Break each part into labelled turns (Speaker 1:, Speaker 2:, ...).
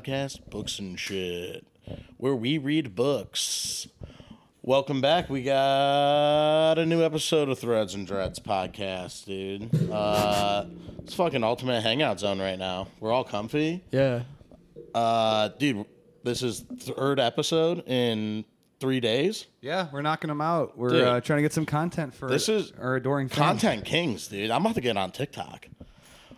Speaker 1: podcast, Books and Shit, where we read books. Welcome back. We got a new episode of Threads and Dreads podcast, dude. Uh, it's fucking ultimate hangout zone right now. We're all comfy.
Speaker 2: Yeah.
Speaker 1: Uh, dude, this is third episode in three days.
Speaker 2: Yeah, we're knocking them out. We're
Speaker 1: Dude.
Speaker 2: uh, trying to get some content for
Speaker 1: This is
Speaker 2: our adoring fans.
Speaker 1: Content kings, dude. I'm about to get on TikTok.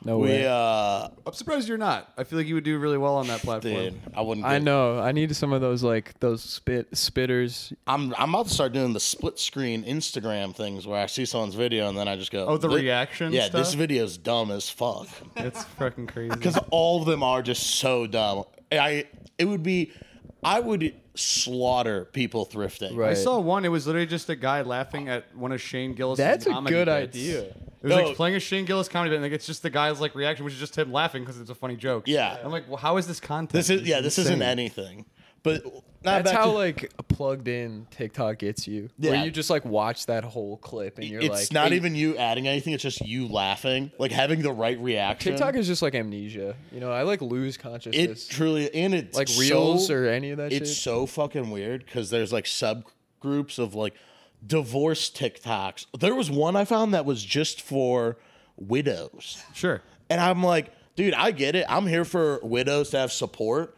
Speaker 3: No
Speaker 1: We
Speaker 3: way.
Speaker 1: uh,
Speaker 2: I'm surprised you're not. I feel like you would do really well on that platform.
Speaker 1: dude, I wouldn't.
Speaker 3: I
Speaker 1: get-
Speaker 3: know. I need some of those like those spit spitters.
Speaker 1: I'm I'm about to start doing the split screen Instagram things where I see someone's video and then I just go.
Speaker 2: Oh, the
Speaker 1: "Thi-
Speaker 2: reaction
Speaker 1: Yeah,
Speaker 2: stuff?
Speaker 1: this video's dumb as fuck
Speaker 2: It's fucking crazy.
Speaker 1: because all of them are just so dumb. I it would be, I would slaughter people thrifting.
Speaker 3: Right.
Speaker 2: I saw one. It was literally just a guy laughing at one of Shane Gillis.
Speaker 3: That's a
Speaker 2: comedy
Speaker 3: good
Speaker 2: bits.
Speaker 3: idea.
Speaker 2: It was
Speaker 1: No.
Speaker 2: like playing a Shane Gillis comedy bit, and like it's just the guy's like reaction, which is just him laughing because it's a funny joke.
Speaker 1: Yeah.
Speaker 2: I'm like, well, how is this content?
Speaker 1: This is yeah. This isn't
Speaker 2: insane.
Speaker 1: anything. But not
Speaker 3: That's
Speaker 1: back
Speaker 3: how
Speaker 1: to-
Speaker 3: like plugged in TikTok gets you.
Speaker 1: Yeah.
Speaker 3: Where you just like watch that whole clip and you're
Speaker 1: it's
Speaker 3: like,
Speaker 1: not
Speaker 3: "Hey,
Speaker 1: even you adding anything. It's just you laughing, like having the right reaction.
Speaker 3: TikTok is just like amnesia. You know, I like lose
Speaker 1: it
Speaker 3: consciousness.
Speaker 1: truly and it's
Speaker 3: like
Speaker 1: so-
Speaker 3: reels or any of that
Speaker 1: it's
Speaker 3: shit.
Speaker 1: so fucking weird because there's like subgroups of like divorce TikToks. There was one I found that was just for widows,
Speaker 2: Sure.
Speaker 1: and I'm like, dude, I get it. I'm here for widows to have support.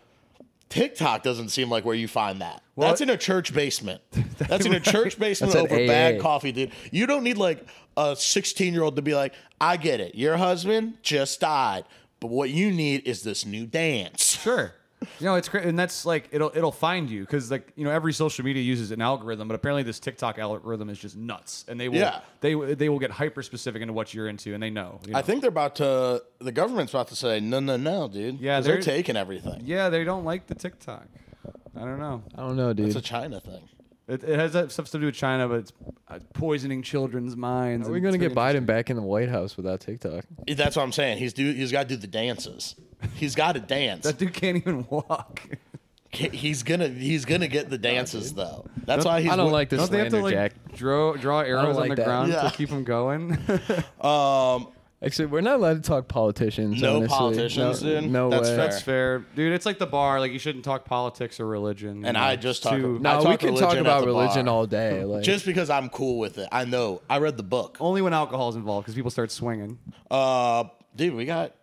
Speaker 1: TikTok doesn't seem like where you find that. That's in a church basement. That's in a church basement
Speaker 3: That's
Speaker 1: over
Speaker 3: at
Speaker 1: bad
Speaker 3: AA.
Speaker 1: coffee, dude. You don't need like a 16 year old to be like, I get it. Your husband just died. But what you need is this new dance.
Speaker 2: Sure. You know, it's great, and that's like it'll it'll find you because like you know every social media uses an algorithm, but apparently this TikTok algorithm is just nuts, and they will
Speaker 1: Yeah.
Speaker 2: they they will get hyper specific into what you're into, and they know. you
Speaker 1: I
Speaker 2: know.
Speaker 1: think they're about to. The government's about to say no, no, no, dude.
Speaker 2: Yeah,
Speaker 1: 'Cause they're,
Speaker 2: they're-
Speaker 1: taking everything.
Speaker 2: yeah, they don't like the TikTok. I don't know.
Speaker 3: I don't know, dude.
Speaker 1: It's a China thing.
Speaker 2: It, it has that stuff to do with China, but it's uh, poisoning children's minds.
Speaker 3: Are we
Speaker 2: and
Speaker 3: gonna
Speaker 2: it's
Speaker 3: get
Speaker 2: really
Speaker 3: Biden back in the White House without TikTok?
Speaker 1: That's what I'm saying. He's do. He's got to do the dances. He's got to dance.
Speaker 2: That dude can't even walk.
Speaker 1: he's gonna. He's gonna get the dances though. That's why Uh, he's.
Speaker 3: I don't
Speaker 1: wi-
Speaker 3: like this
Speaker 2: Don't they have to
Speaker 3: slander,
Speaker 2: like
Speaker 3: Jack.
Speaker 2: draw draw arrows on
Speaker 3: like
Speaker 2: the
Speaker 3: that.
Speaker 2: ground
Speaker 1: Yeah.
Speaker 2: to keep him going?
Speaker 1: Um,
Speaker 3: Actually, we're not allowed to talk politicians.
Speaker 1: No
Speaker 3: honestly.
Speaker 1: politicians,
Speaker 3: no,
Speaker 1: dude.
Speaker 3: No
Speaker 1: That's
Speaker 3: way.
Speaker 1: fair.
Speaker 2: That's fair, dude. It's like the bar. Like you shouldn't talk politics or religion.
Speaker 1: And
Speaker 2: you know,
Speaker 1: I
Speaker 2: it's
Speaker 1: just talk-
Speaker 2: too-
Speaker 1: I
Speaker 3: No, we
Speaker 1: talk
Speaker 3: can
Speaker 1: religion
Speaker 3: talk
Speaker 1: at
Speaker 3: about
Speaker 1: the
Speaker 3: religion
Speaker 1: bar.
Speaker 3: all day. Like,
Speaker 1: just because I'm cool with it. I know. I read the book.
Speaker 2: only when alcohol is involved because people start swinging.
Speaker 1: Uh, dude, we got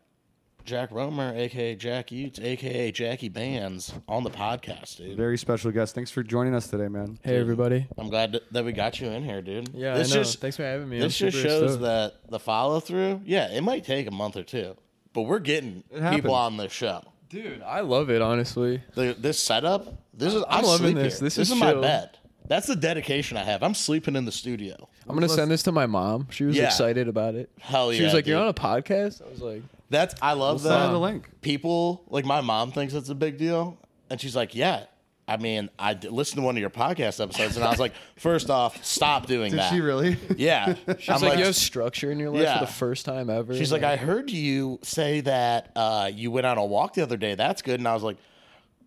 Speaker 1: Jack Romer, aka Jack Utes, aka Jackie Bands, on the podcast, dude.
Speaker 2: Very special guest. Thanks for joining us today, man.
Speaker 3: hey, everybody.
Speaker 1: I'm glad that- that we got you in here, dude.
Speaker 3: Yeah, I
Speaker 1: this
Speaker 3: know.
Speaker 1: just
Speaker 3: Thanks for having me. I'm
Speaker 1: this just
Speaker 3: super
Speaker 1: shows
Speaker 3: stoked.
Speaker 1: that the follow through. Yeah, it might take a month or two, but we're getting
Speaker 2: happens.
Speaker 1: people on the show.
Speaker 3: Dude, I love it, honestly.
Speaker 1: The, this setup, this is I'm,
Speaker 3: I'm loving
Speaker 1: sleep
Speaker 3: this.
Speaker 1: here.
Speaker 3: This
Speaker 1: this
Speaker 3: is
Speaker 1: my
Speaker 3: chill.
Speaker 1: bed. That's the dedication I have. I'm sleeping in the studio.
Speaker 3: I'm going to send this to my mom. She was
Speaker 1: Yeah.
Speaker 3: excited about it.
Speaker 1: Hell
Speaker 3: She was
Speaker 1: yeah,
Speaker 3: like, You're
Speaker 1: dude."
Speaker 3: on a podcast? I was like,
Speaker 1: That's I love
Speaker 2: We'll
Speaker 1: that.
Speaker 2: send her the link.
Speaker 1: People like my mom thinks it's a big deal, and she's like, "Yeah." I mean, I d- listened to one of your podcast episodes, and I was like, first off, stop doing
Speaker 2: Did
Speaker 1: that."
Speaker 2: she really?
Speaker 1: Yeah.
Speaker 3: She's like, You have structure in your life
Speaker 1: Yeah.
Speaker 3: for the first time ever.
Speaker 1: She's like, I heard you say that uh, you went on a walk the other day. That's good. And I was like,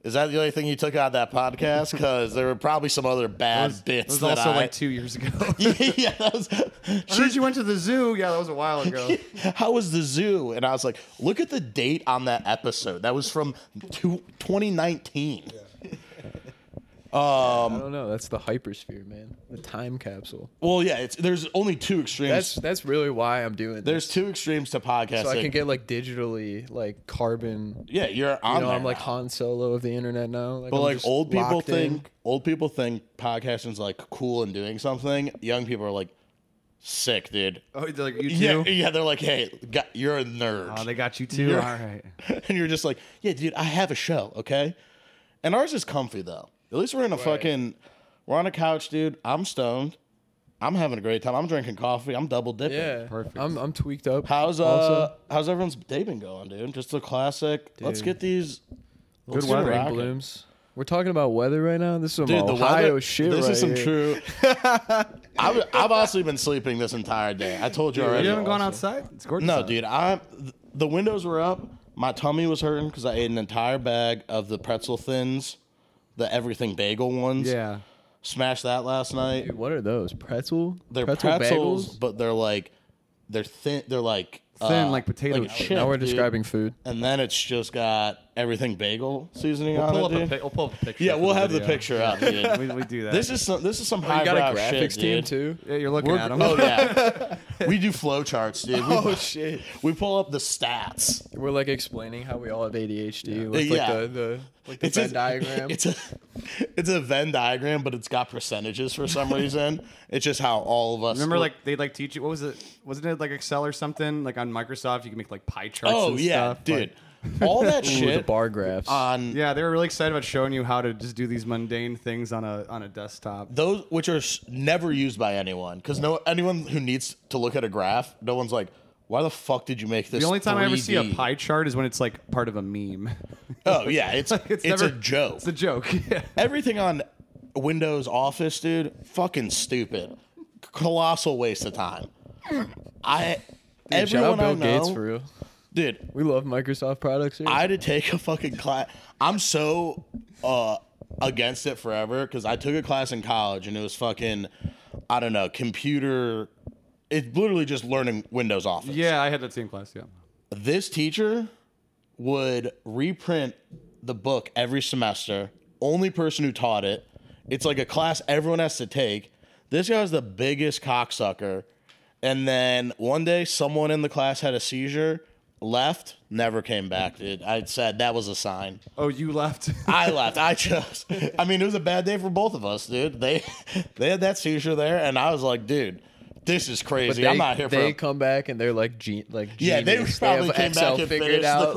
Speaker 1: is that the only thing you took out of that podcast? Because there were probably some other bad bits.
Speaker 2: It was
Speaker 1: that
Speaker 2: also
Speaker 1: I...
Speaker 2: like two years ago.
Speaker 1: yeah, that was.
Speaker 2: I heard you went to the zoo. Yeah, that was a while ago.
Speaker 1: How was the zoo? And I was like, look at the date on that episode. That was from two, 2019.
Speaker 3: I don't know. That's the hypersphere, man. The time capsule.
Speaker 1: Well, yeah, it's there's only two extremes.
Speaker 3: That's that's really why I'm doing this.
Speaker 1: there's two extremes to podcasting.
Speaker 3: So I can get like digitally, like carbon.
Speaker 1: yeah, you're on.
Speaker 3: You know,
Speaker 1: there
Speaker 3: I'm like
Speaker 1: now.
Speaker 3: Han Solo of the internet now. Like,
Speaker 1: But
Speaker 3: I'm
Speaker 1: like
Speaker 3: just
Speaker 1: old people
Speaker 3: locked in.
Speaker 1: think old people think podcasting's like cool and doing something. Young people are like sick, dude.
Speaker 2: Oh, they're like you too.
Speaker 1: Yeah, yeah, they're like, hey, got, you're a nerd,
Speaker 2: Oh, they got you too.
Speaker 1: You're-
Speaker 2: All right.
Speaker 1: and you're just like, yeah, dude, I have a show, okay. And ours is comfy though. At least we're in a fucking, we're on a couch, dude. I'm stoned. I'm having a great time. I'm drinking coffee. I'm double dipping.
Speaker 3: Yeah,
Speaker 2: Perfect.
Speaker 3: I'm I'm tweaked up.
Speaker 1: How's uh,
Speaker 3: also,
Speaker 1: how's everyone's day been going, dude? Just a classic. Let's get these. Good
Speaker 3: spring blooms? We're talking about weather right now. This is some Ohio shit
Speaker 1: This
Speaker 3: right
Speaker 1: is some
Speaker 3: here.
Speaker 1: true. I've, I've honestly been sleeping this entire day. I told you already.
Speaker 2: You haven't gone outside? It's gorgeous.
Speaker 1: No,
Speaker 2: out.
Speaker 1: dude. I the windows were up. My tummy was hurting because I ate an entire bag of the pretzel thins, the everything bagel ones.
Speaker 2: Yeah.
Speaker 1: smashed that last night.
Speaker 3: Dude, what are those pretzel?
Speaker 1: They're
Speaker 3: pretzel
Speaker 1: pretzels,
Speaker 3: bagels.
Speaker 1: but they're like they're thin. They're like uh,
Speaker 2: Thin, like potato
Speaker 1: like a
Speaker 2: chips.
Speaker 1: chip,
Speaker 3: now we're
Speaker 1: dude.
Speaker 3: describing food.
Speaker 1: And then it's just got everything bagel seasoning on
Speaker 2: Pull
Speaker 1: it.
Speaker 2: up a
Speaker 1: dude.
Speaker 2: pic- we'll pull up a picture.
Speaker 1: yeah,
Speaker 2: for
Speaker 1: we'll have the
Speaker 2: video.
Speaker 1: picture up. Dude.
Speaker 2: We, we do that.
Speaker 1: this is some this is some
Speaker 2: Oh,
Speaker 3: You got
Speaker 1: highbrow
Speaker 3: a
Speaker 1: shit,
Speaker 3: graphics team
Speaker 1: dude.
Speaker 3: too.
Speaker 2: yeah, you're looking
Speaker 1: We're,
Speaker 2: at them.
Speaker 1: oh yeah, we do flow charts, dude. We,
Speaker 3: Oh shit!
Speaker 1: we pull up the stats.
Speaker 3: We're like explaining how we all have ADHD with like
Speaker 1: Yeah.
Speaker 3: the, the like the Venn
Speaker 1: a-
Speaker 3: diagram.
Speaker 1: It's a it's a Venn diagram, but it's got percentages for some reason. it's just how all of us
Speaker 2: Remember, like they like teach you. What was it? Wasn't it like Excel or something? Like on Microsoft, you can make like pie charts.
Speaker 1: Oh
Speaker 2: and
Speaker 1: yeah,
Speaker 2: stuff.
Speaker 1: dude.
Speaker 2: Like,
Speaker 1: all that
Speaker 3: Ooh, the
Speaker 1: shit Uh,
Speaker 3: bar graphs.
Speaker 1: on
Speaker 2: yeah, they were really excited about showing you how to just do these mundane things on a on a desktop.
Speaker 1: those which are s- never used by anyone because no anyone who needs to look at a graph, no one's like, why the fuck did you make this?
Speaker 2: The only time I ever see a
Speaker 1: 3D?"
Speaker 2: pie chart is when it's like part of a meme.
Speaker 1: Oh yeah, it's it's, a joke.
Speaker 2: It's a joke. Yeah.
Speaker 1: Everything on Windows Office, dude, fucking stupid, colossal waste of time. I
Speaker 3: Dude, shout out
Speaker 1: everyone I
Speaker 3: Bill
Speaker 1: know,
Speaker 3: Gates for real.
Speaker 1: dude.
Speaker 3: We love Microsoft products here.
Speaker 1: I had to take a fucking class. I'm so uh, against it forever because I took a class in college and it was fucking, I don't know, computer. It's literally just learning Windows Office.
Speaker 2: yeah, I had that same class. Yeah.
Speaker 1: This teacher would reprint the book every semester. Only person who taught it. It's like a class everyone has to take. This guy was the biggest cocksucker. And then one day, someone in the class had a seizure, left, never came back, dude. I said that was a sign.
Speaker 2: Oh, you left.
Speaker 1: I left. I just, I mean, it was a bad day for both of us, dude. They, they had that seizure there, and I was like, dude, this is
Speaker 3: but
Speaker 1: crazy.
Speaker 3: they,
Speaker 1: I'm not here
Speaker 3: they
Speaker 1: for.
Speaker 3: come back and they're like, gen- like
Speaker 1: yeah, they
Speaker 3: genius.
Speaker 1: probably
Speaker 3: have
Speaker 1: came
Speaker 3: Excel
Speaker 1: back and
Speaker 3: figured
Speaker 1: figured
Speaker 3: out.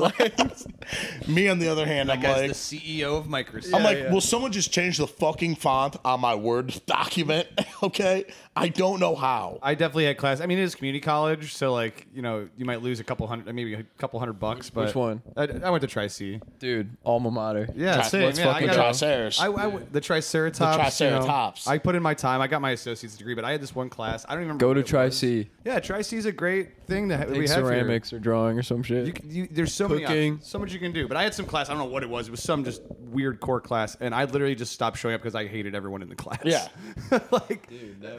Speaker 3: like-
Speaker 1: Me, on the other hand, I'm like,
Speaker 2: CEO of Microsoft.
Speaker 1: I'm like,
Speaker 3: yeah.
Speaker 1: will someone just change the fucking font on my Word document? okay, I don't know how.
Speaker 2: I definitely had class. I mean, it is community college, so like you know, you might lose a couple hundred, maybe a couple hundred bucks. But
Speaker 3: Which one?
Speaker 2: I, I went to Tri C.
Speaker 3: Dude, alma mater.
Speaker 2: Yeah,
Speaker 1: Tri-
Speaker 2: same.
Speaker 1: let's
Speaker 2: yeah,
Speaker 1: fucking
Speaker 2: I got-
Speaker 1: Triceres.
Speaker 2: I, I w- the Triceratops. you know.
Speaker 1: Triceratops.
Speaker 2: I put in my time. I got my associate's degree, but I had this one class. I don't even remember.
Speaker 3: Go
Speaker 2: what
Speaker 3: to
Speaker 2: it
Speaker 3: Tri
Speaker 2: was.
Speaker 3: C.
Speaker 2: Yeah, Tri C is a great thing that we
Speaker 3: Take
Speaker 2: have
Speaker 3: ceramics or drawing or some shit.
Speaker 2: Here. You, c- you, there's so many
Speaker 3: Cooking.
Speaker 2: options, so much you can do. But I had some class. I don't know what it was. It was some just weird core class, and I literally just stopped showing up because I hated everyone in the class.
Speaker 1: Yeah.
Speaker 2: like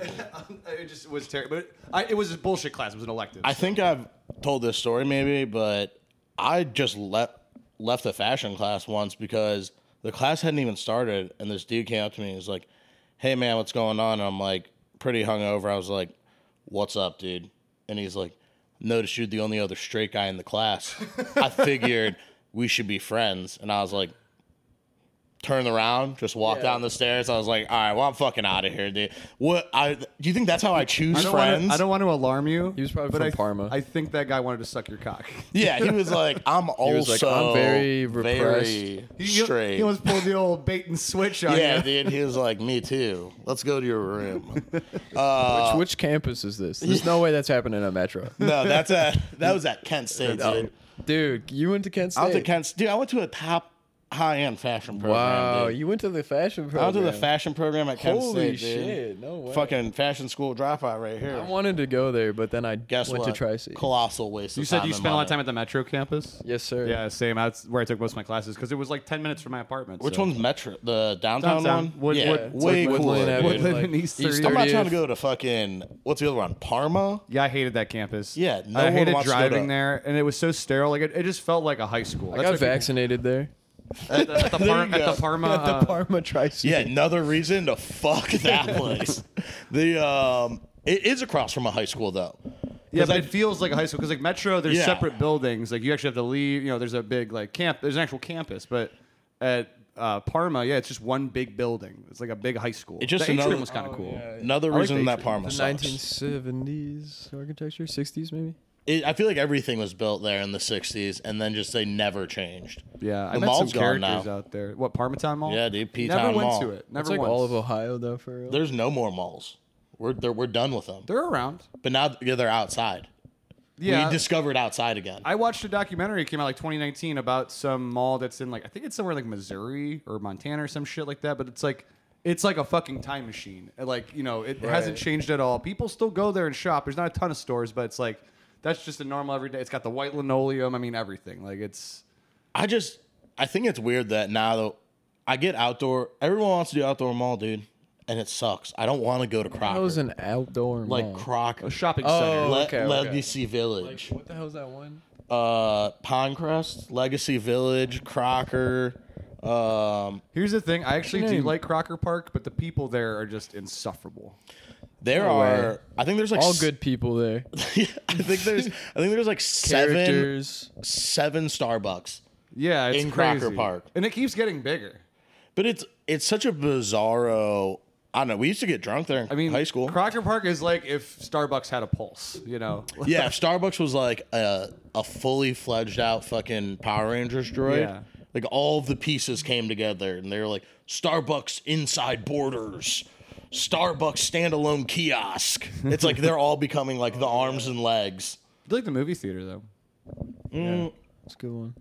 Speaker 2: um, it just was terrible. But I, it was a bullshit class. It was an elective.
Speaker 1: I think I've told this story maybe, but I just left left a fashion class once because the class hadn't even started, and this dude came up to me and was like, "Hey man, what's going on?" And I'm like, pretty hungover. I was like, "What's up, dude?" And he's like, "Noticed you're the only other straight guy in the class. I figured we should be friends." And I was like. Turned around, just walked
Speaker 3: Yeah.
Speaker 1: down the stairs. I was like, "All right, well, I'm fucking out of here, dude." What? I do you think that's how I choose
Speaker 2: I don't,
Speaker 1: friends?
Speaker 2: Want to, I don't want to alarm you. He
Speaker 3: was probably
Speaker 2: but
Speaker 3: from
Speaker 2: I th-
Speaker 3: Parma.
Speaker 2: I think that guy wanted to suck your cock.
Speaker 1: Yeah, he was like, I'm also
Speaker 3: was like, "I'm very repressed."
Speaker 1: very
Speaker 2: He, he-
Speaker 1: straight.
Speaker 2: He almost pulled the old bait and switch on
Speaker 1: yeah,
Speaker 2: you.
Speaker 1: dude. He was like, me too. Let's go to your room. Uh,
Speaker 3: which, which campus is this? There's no way that's happening at Metro.
Speaker 1: no, that's at that was at Kent State, dude.
Speaker 3: Dude, you went to Kent State.
Speaker 1: I went to Kent. Dude, I went to a top high end fashion program.
Speaker 3: Wow,
Speaker 1: dude.
Speaker 3: you went to the fashion program.
Speaker 1: I went to the fashion program at Kent
Speaker 3: Holy
Speaker 1: State, dude.
Speaker 3: shit, no way.
Speaker 1: Fucking fashion school dropout right here.
Speaker 3: I wanted to go there, but then I
Speaker 1: Guess
Speaker 3: went
Speaker 1: what?
Speaker 3: to Tri C.
Speaker 1: Colossal waste.
Speaker 2: You said you spent a lot of time at the Metro campus.
Speaker 3: Yes, sir.
Speaker 2: Yeah, same. That's where I took most of my classes because it was like ten minutes from my apartment.
Speaker 1: Which
Speaker 2: so.
Speaker 1: one's Metro? The downtown,
Speaker 2: Downtown.
Speaker 1: one?
Speaker 2: Wood-
Speaker 1: yeah,
Speaker 2: Wood- it's
Speaker 1: way
Speaker 3: like Woodland
Speaker 1: cooler.
Speaker 3: Avenue,
Speaker 1: dude.
Speaker 2: Woodland and East 30th.
Speaker 1: I'm not
Speaker 3: 30th.
Speaker 1: trying to go to fucking what's the other one? Parma.
Speaker 2: Yeah, I hated that campus.
Speaker 1: Yeah, no
Speaker 2: I
Speaker 1: one
Speaker 2: hated
Speaker 1: wants to go
Speaker 2: driving
Speaker 1: to-
Speaker 2: there, and it was so sterile. Like it, it just felt like a high school.
Speaker 3: I got vaccinated there.
Speaker 2: at the, at the, Par-
Speaker 1: you
Speaker 2: at
Speaker 1: go.
Speaker 2: the Parma.
Speaker 3: At
Speaker 2: uh,
Speaker 3: the Parma Tri C.
Speaker 1: Yeah, another reason to fuck that place. the um, it is across from a high school though.
Speaker 2: Yeah, but
Speaker 1: I-
Speaker 2: it feels like a high school because like Metro, there's
Speaker 1: Yeah.
Speaker 2: separate buildings. Like you actually have to leave. You know, there's a big like camp. There's an actual campus, but at uh, Parma, yeah, it's just one big building. It's like a big high school.
Speaker 1: It's just
Speaker 2: the atrium
Speaker 1: another-
Speaker 2: was kind of cool.
Speaker 1: Another
Speaker 2: like
Speaker 1: reason
Speaker 2: the
Speaker 1: that
Speaker 2: atrium.
Speaker 1: Parma
Speaker 3: The
Speaker 1: sucks.
Speaker 3: 1970s architecture, 60s maybe.
Speaker 1: It, I feel like everything was built there in the '60s, and then just they never changed.
Speaker 2: Yeah, I
Speaker 1: the
Speaker 2: met
Speaker 1: mall's
Speaker 2: some
Speaker 1: gone
Speaker 2: characters
Speaker 1: now.
Speaker 2: out there. What Parmatown Mall?
Speaker 1: Yeah, dude, P-Town
Speaker 2: Never went
Speaker 1: Mall.
Speaker 2: to it. Never
Speaker 3: That's like
Speaker 2: once.
Speaker 3: all of Ohio though, for real.
Speaker 1: There's no more malls. We're they're, we're done with them.
Speaker 2: They're around.
Speaker 1: But now yeah, they're outside.
Speaker 2: Yeah,
Speaker 1: We discovered outside again.
Speaker 2: I watched a documentary. It came out like 2019 about some mall that's in like I think it's somewhere like Missouri or Montana or some shit like that. But it's like it's like a fucking time machine. And, Like you know, it hasn't changed at all. People still go there and shop. There's not a ton of stores, but it's like that's just a normal everyday. It's got the white linoleum. I mean, everything. Like it's
Speaker 1: I just I think it's weird that now though I get outdoor. Everyone wants to do outdoor mall, dude, and it sucks. I don't want to go to
Speaker 3: that
Speaker 1: Crocker.
Speaker 3: was an outdoor
Speaker 1: like
Speaker 3: mall.
Speaker 1: Crocker,
Speaker 2: a shopping
Speaker 3: Oh,
Speaker 2: center.
Speaker 1: Le-
Speaker 3: okay, okay.
Speaker 1: Legacy Village.
Speaker 3: what the hell's that one?
Speaker 1: uh, Pinecrest, Legacy Village, Crocker. Um,
Speaker 2: Here's the thing: I actually do
Speaker 3: Name.
Speaker 2: like Crocker Park, but the people there are just insufferable.
Speaker 1: there
Speaker 3: No way.
Speaker 1: are, I think there's like
Speaker 3: All
Speaker 1: s-
Speaker 3: good people there.
Speaker 1: I think there's, I think there's like seven,
Speaker 3: Characters.
Speaker 1: seven Starbucks.
Speaker 2: Yeah, it's
Speaker 1: In Crocker
Speaker 2: crazy.
Speaker 1: Park.
Speaker 2: and it keeps getting bigger.
Speaker 1: But it's it's such a bizarro. I don't know. We used to get drunk there in
Speaker 2: I mean,
Speaker 1: high school.
Speaker 2: Crocker Park is like if Starbucks had a pulse, you know.
Speaker 1: yeah, if Starbucks was like a a fully fledged out fucking Power Rangers droid.
Speaker 2: Yeah.
Speaker 1: Like all of the pieces came together, and they were like Starbucks inside borders, Starbucks standalone kiosk. It's like they're all becoming like the arms and legs.
Speaker 2: I like the movie theater though.
Speaker 1: Mm.
Speaker 3: That's a good one.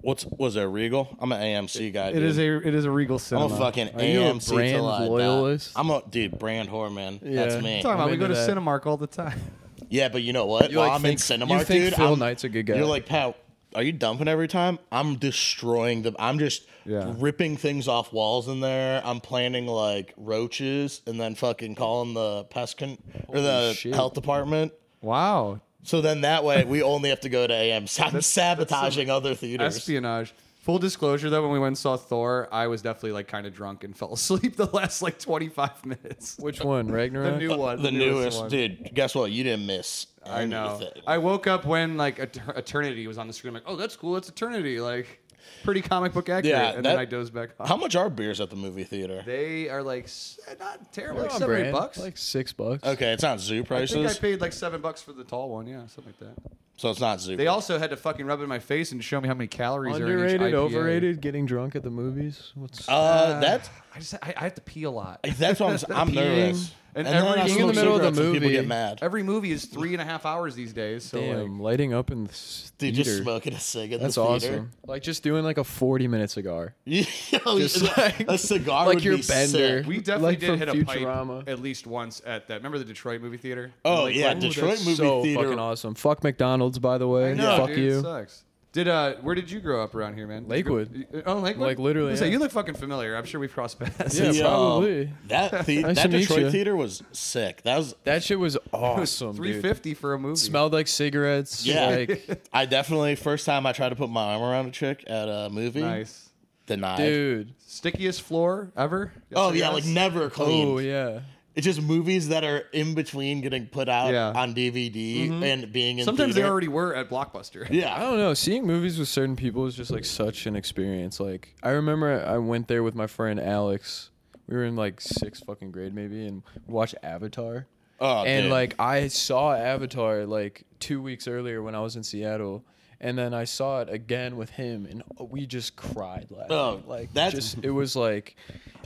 Speaker 1: What's was there Regal? I'm an AMC guy.
Speaker 2: It is a it is a regal
Speaker 1: I'm
Speaker 2: cinema.
Speaker 1: a fucking
Speaker 3: Are you a
Speaker 1: AMC till
Speaker 3: brand
Speaker 1: I die.
Speaker 3: loyalist?
Speaker 1: I'm a dude brand whore man.
Speaker 3: Yeah.
Speaker 1: That's me.
Speaker 2: talking about
Speaker 3: I'm
Speaker 2: we go to
Speaker 3: into that.
Speaker 2: Cinemark all the time.
Speaker 1: Yeah, but you know what?
Speaker 3: You,
Speaker 1: While
Speaker 3: like,
Speaker 1: I'm
Speaker 3: think-
Speaker 1: in
Speaker 3: you
Speaker 1: Cinemark,
Speaker 3: think
Speaker 1: dude,
Speaker 3: Phil
Speaker 1: I'm-
Speaker 3: Knight's a good guy.
Speaker 1: You're like, Pat, are you dumping every time? I'm destroying them. I'm just
Speaker 2: Yeah.
Speaker 1: ripping things off walls in there. I'm planting like roaches and then fucking calling the pest con- or the
Speaker 3: shit.
Speaker 1: health department.
Speaker 2: Wow,
Speaker 1: So then that way we only have to go to AMC. I'm sabotaging other theaters.
Speaker 2: espionage. Full disclosure though, when we went and saw Thor, I was definitely like kind of drunk and fell asleep the last like 25 minutes.
Speaker 3: Which one? Ragnarok?
Speaker 2: The new one,
Speaker 1: Uh, the newest,
Speaker 2: one.
Speaker 1: dude. Guess what? You didn't miss.
Speaker 2: I know.
Speaker 1: anything.
Speaker 2: I woke up when like Eter- Eternity was on the screen. like, oh, that's cool. That's Eternity. Like, pretty comic book accurate.
Speaker 1: Yeah,
Speaker 2: and
Speaker 1: that-
Speaker 2: then I dozed back off.
Speaker 1: How much are beers at the movie theater?
Speaker 2: They are like s- not terrible, like
Speaker 3: On
Speaker 2: seven or eight
Speaker 3: brand.
Speaker 2: bucks.
Speaker 3: Like six bucks.
Speaker 1: Okay, it's not zoo
Speaker 2: I think I
Speaker 1: prices,
Speaker 2: paid like seven bucks for the tall one. Yeah, something like that.
Speaker 1: so it's not zoo.
Speaker 2: They also had to fucking rub it in my face and show me how many calories are in each
Speaker 3: Underrated,
Speaker 2: IPA.
Speaker 3: overrated, getting drunk at the movies. What's
Speaker 1: uh, that's
Speaker 2: I just I, I have to pee a lot.
Speaker 1: That's why I'm, I'm nervous.
Speaker 2: And
Speaker 1: then
Speaker 2: every-
Speaker 1: I
Speaker 2: in the
Speaker 1: smoke
Speaker 3: middle of the
Speaker 1: cigarettes when People
Speaker 3: movie-
Speaker 1: get mad.
Speaker 2: Every movie is three and a half hours these days. So
Speaker 3: damn
Speaker 2: like,
Speaker 3: lighting up in the s-
Speaker 1: Dude,
Speaker 3: theater?
Speaker 1: just smoking a cig in
Speaker 3: That's
Speaker 1: the theater.
Speaker 3: awesome. Like just doing like a forty-minute cigar.
Speaker 1: Yo,
Speaker 3: Just like-
Speaker 1: a cigar
Speaker 3: like
Speaker 1: would
Speaker 3: your
Speaker 1: be
Speaker 3: bender.
Speaker 1: sick.
Speaker 2: we definitely
Speaker 3: Like
Speaker 2: did
Speaker 3: from
Speaker 2: hit a
Speaker 3: Futurama.
Speaker 2: pipe at least once at that. Remember the Detroit movie theater?
Speaker 1: Oh,
Speaker 2: Like,
Speaker 1: yeah,
Speaker 2: like-
Speaker 1: Detroit movie
Speaker 3: so
Speaker 1: theater.
Speaker 3: fucking awesome. Fuck McDonald's, by the way.
Speaker 2: No,
Speaker 3: Fuck
Speaker 2: dude, It
Speaker 3: you.
Speaker 2: sucks. Did uh, where did you grow up around here, man? Did you grow-
Speaker 3: Lakewood.
Speaker 2: Oh, Lakewood.
Speaker 3: Like, literally,
Speaker 2: So
Speaker 3: yeah.
Speaker 2: you look fucking familiar. I'm sure we've crossed paths.
Speaker 3: Yeah,
Speaker 1: Yo,
Speaker 3: probably.
Speaker 1: That, the-
Speaker 3: Nice
Speaker 1: that
Speaker 3: to meet
Speaker 1: Detroit
Speaker 3: you.
Speaker 1: theater was sick. That was
Speaker 3: That shit was awesome,
Speaker 2: Three
Speaker 3: dude.
Speaker 2: fifty for a movie.
Speaker 3: Smelled like cigarettes.
Speaker 1: yeah.
Speaker 3: Like,
Speaker 1: I definitely first time I tried to put my arm around a chick at a movie.
Speaker 2: nice.
Speaker 1: Denied.
Speaker 3: dude.
Speaker 2: Stickiest floor ever. Yes,
Speaker 1: Oh
Speaker 2: I
Speaker 1: yeah,
Speaker 2: guess.
Speaker 1: like never clean.
Speaker 3: Oh yeah.
Speaker 1: It's just movies that are in between getting put out
Speaker 2: Yeah.
Speaker 1: on DVD and being in
Speaker 2: Sometimes they
Speaker 1: theater.
Speaker 2: already were at Blockbuster.
Speaker 1: Yeah.
Speaker 3: I don't know. Seeing movies with certain people is just like such an experience. Like I remember I went there with my friend Alex. We were in like sixth fucking grade maybe, and watched Avatar.
Speaker 1: Oh,
Speaker 3: and
Speaker 1: dude.
Speaker 3: like I saw Avatar like two weeks earlier when I was in Seattle, and then I saw it again with him, and we just cried laughing.
Speaker 1: Oh,
Speaker 3: like
Speaker 1: that's-
Speaker 3: just it was like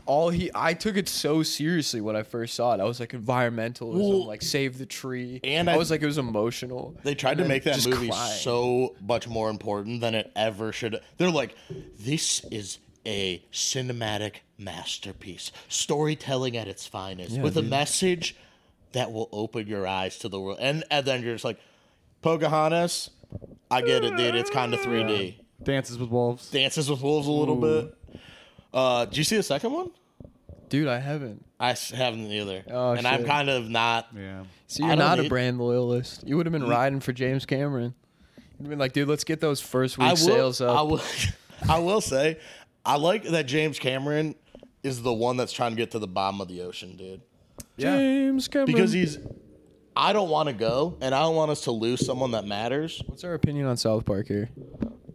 Speaker 3: all he. I took it so seriously when I first saw it. I was like environmentalism,
Speaker 1: Well,
Speaker 3: like save the tree,
Speaker 1: and
Speaker 3: I,
Speaker 1: I-
Speaker 3: was like it was emotional.
Speaker 1: They tried to
Speaker 3: And then
Speaker 1: make that
Speaker 3: just
Speaker 1: movie
Speaker 3: crying.
Speaker 1: so much more important than it ever should. They're like, this is a cinematic masterpiece, storytelling at its finest, with a message that will open your eyes to the world. And, and then you're just like, Pocahontas, I get it, dude. It's kind of 3D.
Speaker 2: Dances with Wolves.
Speaker 1: Dances with Wolves a little bit. Uh, do you see the second one?
Speaker 3: dude. I haven't.
Speaker 1: I s- haven't either.
Speaker 3: Oh,
Speaker 1: and I'm
Speaker 3: shit.
Speaker 1: kind of not.
Speaker 2: Yeah.
Speaker 3: So
Speaker 1: I
Speaker 3: you're
Speaker 1: don't
Speaker 3: not
Speaker 1: need-
Speaker 3: a brand loyalist. You would have been riding for James Cameron. You'd have been like, dude, let's get those first week
Speaker 1: I will,
Speaker 3: sales up.
Speaker 1: I will, I will say, I like that James Cameron is the one that's trying to get to the bottom of the ocean, dude.
Speaker 2: Yeah.
Speaker 3: James Cameron.
Speaker 1: Because
Speaker 2: Mm-hmm.
Speaker 1: he's, I don't want to go, and I don't want us to lose someone that matters.
Speaker 3: What's our opinion on South Park here?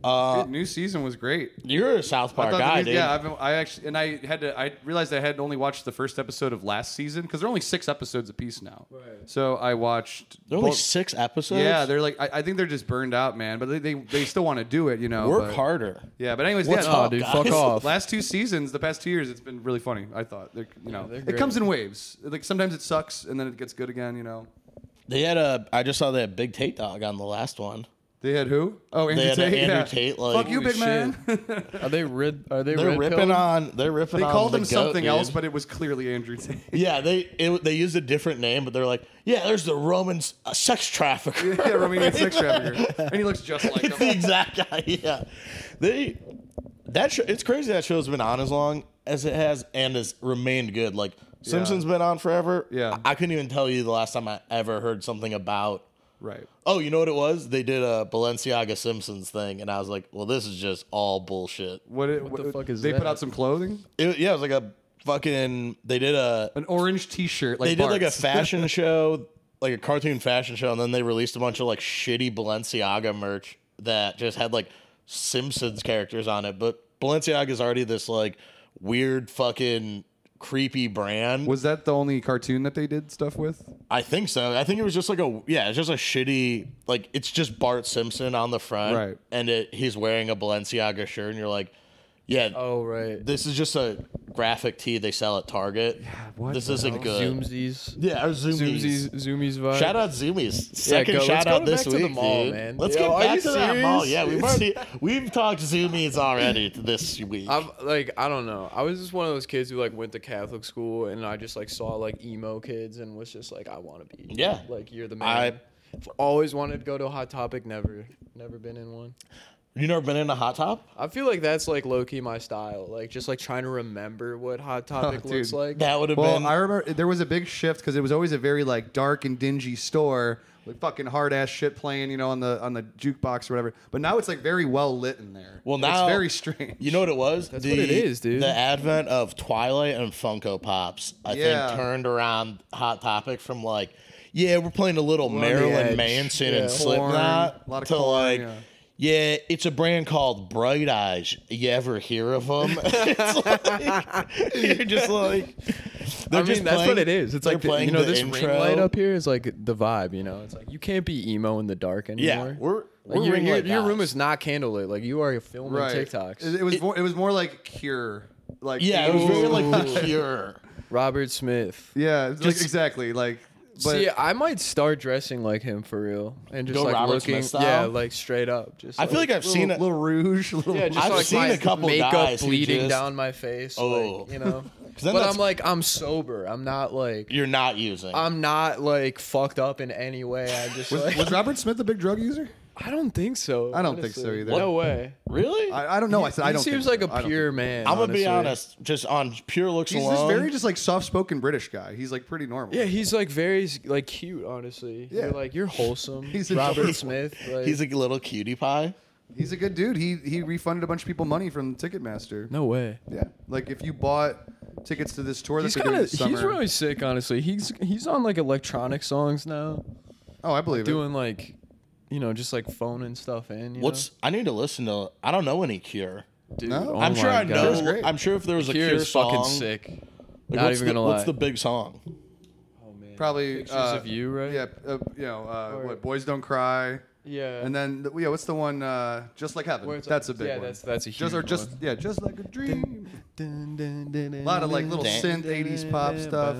Speaker 2: Dude, new season was great.
Speaker 1: You're a South
Speaker 2: I
Speaker 1: Park
Speaker 2: thought the
Speaker 1: Uh, guy,
Speaker 2: reason-
Speaker 1: dude.
Speaker 2: Yeah, I've been, I actually and I had to. I realized I had only watched the first episode of last season because there are only six episodes apiece now. Right. So I watched.
Speaker 1: There are only
Speaker 2: both-
Speaker 1: six episodes.
Speaker 2: yeah, they're like I, I think they're just burned out, man. But they they, they still want to do it, you know.
Speaker 1: work
Speaker 2: but-
Speaker 1: harder.
Speaker 2: Yeah, but anyways,
Speaker 3: What's
Speaker 2: yeah,
Speaker 3: up,
Speaker 2: no,
Speaker 3: dude?
Speaker 1: guys.
Speaker 3: Fuck off.
Speaker 2: Last two seasons, the past two years, it's been really funny. I thought, They're- you know,
Speaker 3: they're
Speaker 2: it
Speaker 3: great.
Speaker 2: comes in waves. Like sometimes it sucks and then it gets good again. You know,
Speaker 1: They had a. I just saw they had Big Tate Dog on the last one.
Speaker 2: they had who? Oh, Andrew
Speaker 1: They had a
Speaker 2: Tate. yeah.
Speaker 1: Andrew Tate, like-
Speaker 2: Fuck you,
Speaker 3: Holy
Speaker 2: big man.
Speaker 3: Are they rid? Are they
Speaker 1: They're
Speaker 3: red
Speaker 1: ripping
Speaker 3: pilled?
Speaker 1: on. They're ripping.
Speaker 2: they
Speaker 1: on
Speaker 2: called
Speaker 1: the
Speaker 2: him
Speaker 1: goat,
Speaker 2: something
Speaker 1: dude.
Speaker 2: else, but it was clearly Andrew Tate.
Speaker 1: yeah, they it, they used a different name, but they're like, yeah, there's the Roman s- uh, sex trafficker.
Speaker 2: yeah, Romanian sex trafficker, and he looks just like
Speaker 1: it's the
Speaker 2: him.
Speaker 1: exact guy. Yeah, they that show, it's crazy that show's been on as long as it has and has remained good. Like Simpsons been on forever.
Speaker 2: Yeah.
Speaker 1: I, I couldn't even tell you the last time I ever heard something about
Speaker 2: Right.
Speaker 1: Oh, you know what it was? They did a Balenciaga Simpsons thing, and I was like, well, this is just all bullshit.
Speaker 2: What, it, what
Speaker 3: the fuck is
Speaker 2: They put
Speaker 3: that?
Speaker 2: out some clothing.
Speaker 1: It, yeah, it was like a fucking. They did a.
Speaker 2: An orange T-shirt. Like
Speaker 1: They did like a
Speaker 2: Bart's.
Speaker 1: fashion show, like a cartoon fashion show, and then they released a bunch of like shitty Balenciaga merch that just had like Simpsons characters on it. But Balenciaga is already this like weird fucking creepy brand.
Speaker 2: Was that the only cartoon that they did stuff with?
Speaker 1: I think so. I think it was just like a yeah, it's just a shitty like it's just Bart Simpson on the front,
Speaker 2: Right.
Speaker 1: And it, he's wearing a Balenciaga shirt, and you're like, yeah,
Speaker 3: Oh right.
Speaker 1: this is just a graphic tee they sell at Target. Yeah,
Speaker 2: what
Speaker 1: this
Speaker 2: the
Speaker 1: isn't good.
Speaker 3: Zoomsies.
Speaker 1: Yeah, or Zoomies.
Speaker 3: Zoomies. Zoomies vibe.
Speaker 1: Shout out Zoomies. Second
Speaker 3: go. Let's
Speaker 1: shout
Speaker 3: go
Speaker 1: out
Speaker 3: to-
Speaker 1: this
Speaker 3: back to
Speaker 1: week,
Speaker 3: the mall,
Speaker 1: dude.
Speaker 3: man.
Speaker 1: Let's
Speaker 3: Yo,
Speaker 1: get
Speaker 3: are
Speaker 1: back
Speaker 3: you
Speaker 1: to that mall.
Speaker 3: serious?
Speaker 1: Yeah, we've already we've talked Zoomies already this week.
Speaker 3: I'm like I don't know. I was just one of those kids who like went to Catholic school and I just like saw like emo kids and was just like I want to be.
Speaker 1: Yeah.
Speaker 3: Like you're the man. always wanted to go to a Hot Topic. Never, never been in one.
Speaker 1: you never been in a hot top?
Speaker 3: I feel like that's like low key my style. Like just like trying to remember what Hot Topic
Speaker 2: dude.
Speaker 3: looks like.
Speaker 1: That would have
Speaker 2: Well,
Speaker 1: been
Speaker 2: I remember there was a big shift because it was always a very like dark and dingy store with fucking hard ass shit playing, you know, on the on the jukebox or whatever. But now it's like very well lit in there.
Speaker 1: Well, now
Speaker 2: it's very strange.
Speaker 1: You know what it was? That's
Speaker 3: what it is, dude.
Speaker 1: The advent of Twilight and Funko Pops, I
Speaker 2: Yeah.
Speaker 1: think, turned around Hot Topic from like, yeah, we're playing a little Marilyn
Speaker 3: edge.
Speaker 1: Manson
Speaker 3: Yeah.
Speaker 1: and Slipknot
Speaker 2: Corn, a lot of
Speaker 1: to
Speaker 2: corn,
Speaker 1: like.
Speaker 2: yeah.
Speaker 1: Yeah, it's a brand called Bright Eyes. You ever hear of them? it's like, you're just like, they're
Speaker 3: I mean,
Speaker 1: just
Speaker 3: that's
Speaker 1: playing-
Speaker 3: what it is. It's
Speaker 1: they're
Speaker 3: like the-
Speaker 1: playing
Speaker 3: you know
Speaker 1: the
Speaker 3: this
Speaker 1: intro.
Speaker 3: ring light up here is like the vibe. You know, it's like you can't be emo in the dark anymore.
Speaker 1: we're-
Speaker 3: Like,
Speaker 1: we're
Speaker 3: your-
Speaker 1: ring
Speaker 3: your,
Speaker 1: light
Speaker 3: your room
Speaker 1: guys.
Speaker 3: is not candlelit. Like you are filming
Speaker 2: right?
Speaker 3: TikToks.
Speaker 2: It, it was more, it was more like Cure. Like
Speaker 1: Yeah, it was very like
Speaker 3: Ooh.
Speaker 1: the cure.
Speaker 3: Robert Smith.
Speaker 2: yeah, it's like exactly like. But
Speaker 3: See, I might start dressing like him for real and just
Speaker 1: Go
Speaker 3: like
Speaker 1: Robert
Speaker 3: looking,
Speaker 1: Smith style?
Speaker 3: yeah, like straight up. Just
Speaker 1: I feel like I've seen it.
Speaker 2: little, little Rouge, little
Speaker 3: yeah, just
Speaker 1: I've
Speaker 3: like
Speaker 1: seen
Speaker 3: my
Speaker 1: a couple
Speaker 3: makeup
Speaker 1: guys who
Speaker 3: bleeding
Speaker 1: just-
Speaker 3: down my face.
Speaker 1: Oh.
Speaker 3: like, you know.
Speaker 1: then
Speaker 3: but
Speaker 1: that's-
Speaker 3: I'm like, I'm sober. I'm not like,
Speaker 1: You're not using.
Speaker 3: I'm not like fucked up in any way. I just
Speaker 2: was,
Speaker 3: like,
Speaker 2: was Robert Smith a big drug user?
Speaker 3: I don't think so.
Speaker 2: I don't think so
Speaker 3: honestly.
Speaker 2: either.
Speaker 3: No way.
Speaker 1: really?
Speaker 2: I, I don't know. I said I
Speaker 3: he
Speaker 2: don't.
Speaker 3: seems
Speaker 2: think
Speaker 3: like
Speaker 2: so. I
Speaker 3: a
Speaker 2: don't
Speaker 3: pure man.
Speaker 1: I'm gonna be
Speaker 3: honestly.
Speaker 1: honest, just on pure looks
Speaker 2: Think so. He's
Speaker 1: alone.
Speaker 2: this very just like soft-spoken British guy. He's like pretty normal.
Speaker 3: Yeah, he's like very like cute. Honestly,
Speaker 2: Yeah.
Speaker 3: you're like you're wholesome.
Speaker 2: He's
Speaker 3: he's
Speaker 2: a-
Speaker 3: Robert Smith. Like,
Speaker 1: He's a little cutie pie.
Speaker 2: He's a good dude. He he refunded a bunch of people money from Ticketmaster.
Speaker 3: no way.
Speaker 2: Yeah, like if you bought tickets to this tour that
Speaker 3: He's
Speaker 2: they're
Speaker 3: kind
Speaker 2: doing
Speaker 3: of
Speaker 2: this
Speaker 3: he's
Speaker 2: summer.
Speaker 3: really sick. Honestly, he's he's on like electronic songs now,
Speaker 2: oh, I believe it.
Speaker 3: doing like you know just like phoning stuff in. You
Speaker 1: What's I need to listen to? I don't know any Cure.
Speaker 3: know? dude?
Speaker 2: No?
Speaker 3: oh
Speaker 1: I'm sure
Speaker 3: my
Speaker 1: I
Speaker 3: God.
Speaker 2: Cure's
Speaker 1: know.
Speaker 2: great.
Speaker 1: I'm sure if there was a
Speaker 3: Cure
Speaker 1: Cure,
Speaker 3: is
Speaker 1: song,
Speaker 3: fucking sick.
Speaker 1: like,
Speaker 3: Not
Speaker 1: what's
Speaker 3: even
Speaker 1: the,
Speaker 3: gonna
Speaker 1: What's
Speaker 3: lie.
Speaker 1: the big song?
Speaker 3: Oh, man.
Speaker 2: Probably
Speaker 3: Pictures
Speaker 2: uh,
Speaker 3: of you, right?
Speaker 2: Yeah, uh, you know uh,
Speaker 3: Or-
Speaker 2: what? Boys don't cry.
Speaker 3: Yeah.
Speaker 2: And then the- yeah, what's the one? Uh, just like heaven.
Speaker 3: Where it's
Speaker 2: that's
Speaker 3: like-
Speaker 2: a big
Speaker 3: yeah,
Speaker 2: one.
Speaker 3: that's- that's a
Speaker 2: just or
Speaker 3: huge
Speaker 2: just
Speaker 3: one.
Speaker 2: yeah, just like a dream.
Speaker 3: a
Speaker 2: lot of, like, little synth 80s pop stuff.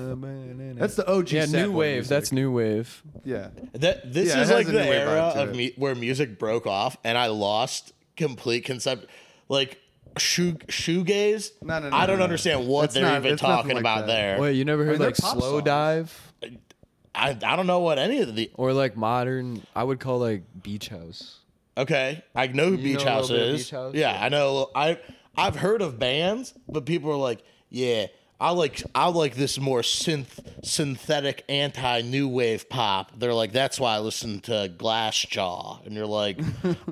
Speaker 2: That's the OG.
Speaker 3: Yeah,
Speaker 2: Sat
Speaker 3: new
Speaker 2: Boy
Speaker 3: wave.
Speaker 2: music.
Speaker 3: That's new wave.
Speaker 2: yeah.
Speaker 1: That this
Speaker 2: Yeah, it
Speaker 1: is
Speaker 2: has
Speaker 1: like
Speaker 2: a
Speaker 1: the
Speaker 2: new wave
Speaker 1: era
Speaker 2: vibe to
Speaker 1: of
Speaker 2: it.
Speaker 1: me where music broke off and I lost complete concept. Like shoe shoegaze.
Speaker 2: No, no, no,
Speaker 1: I don't
Speaker 2: no, no.
Speaker 1: understand what
Speaker 2: It's
Speaker 1: they're
Speaker 2: not-
Speaker 1: even
Speaker 2: it's nothing
Speaker 1: talking
Speaker 2: like
Speaker 1: about
Speaker 2: that.
Speaker 1: there.
Speaker 3: Wait, you never heard
Speaker 2: they're
Speaker 3: like
Speaker 2: pop
Speaker 3: slow
Speaker 2: songs.
Speaker 3: dive
Speaker 1: I I don't know what any of the.
Speaker 3: or like modern? I would call like beach house.
Speaker 1: Okay, I know who
Speaker 3: You
Speaker 1: Beach
Speaker 3: know a
Speaker 1: House
Speaker 3: little bit of
Speaker 1: is.
Speaker 3: Beach House?
Speaker 1: Yeah,
Speaker 3: Yeah.
Speaker 1: I know. I I've heard of bands, but people are like, yeah, I like I like this more synth synthetic anti new wave pop. They're like, that's why I listen to Glassjaw, and you're like,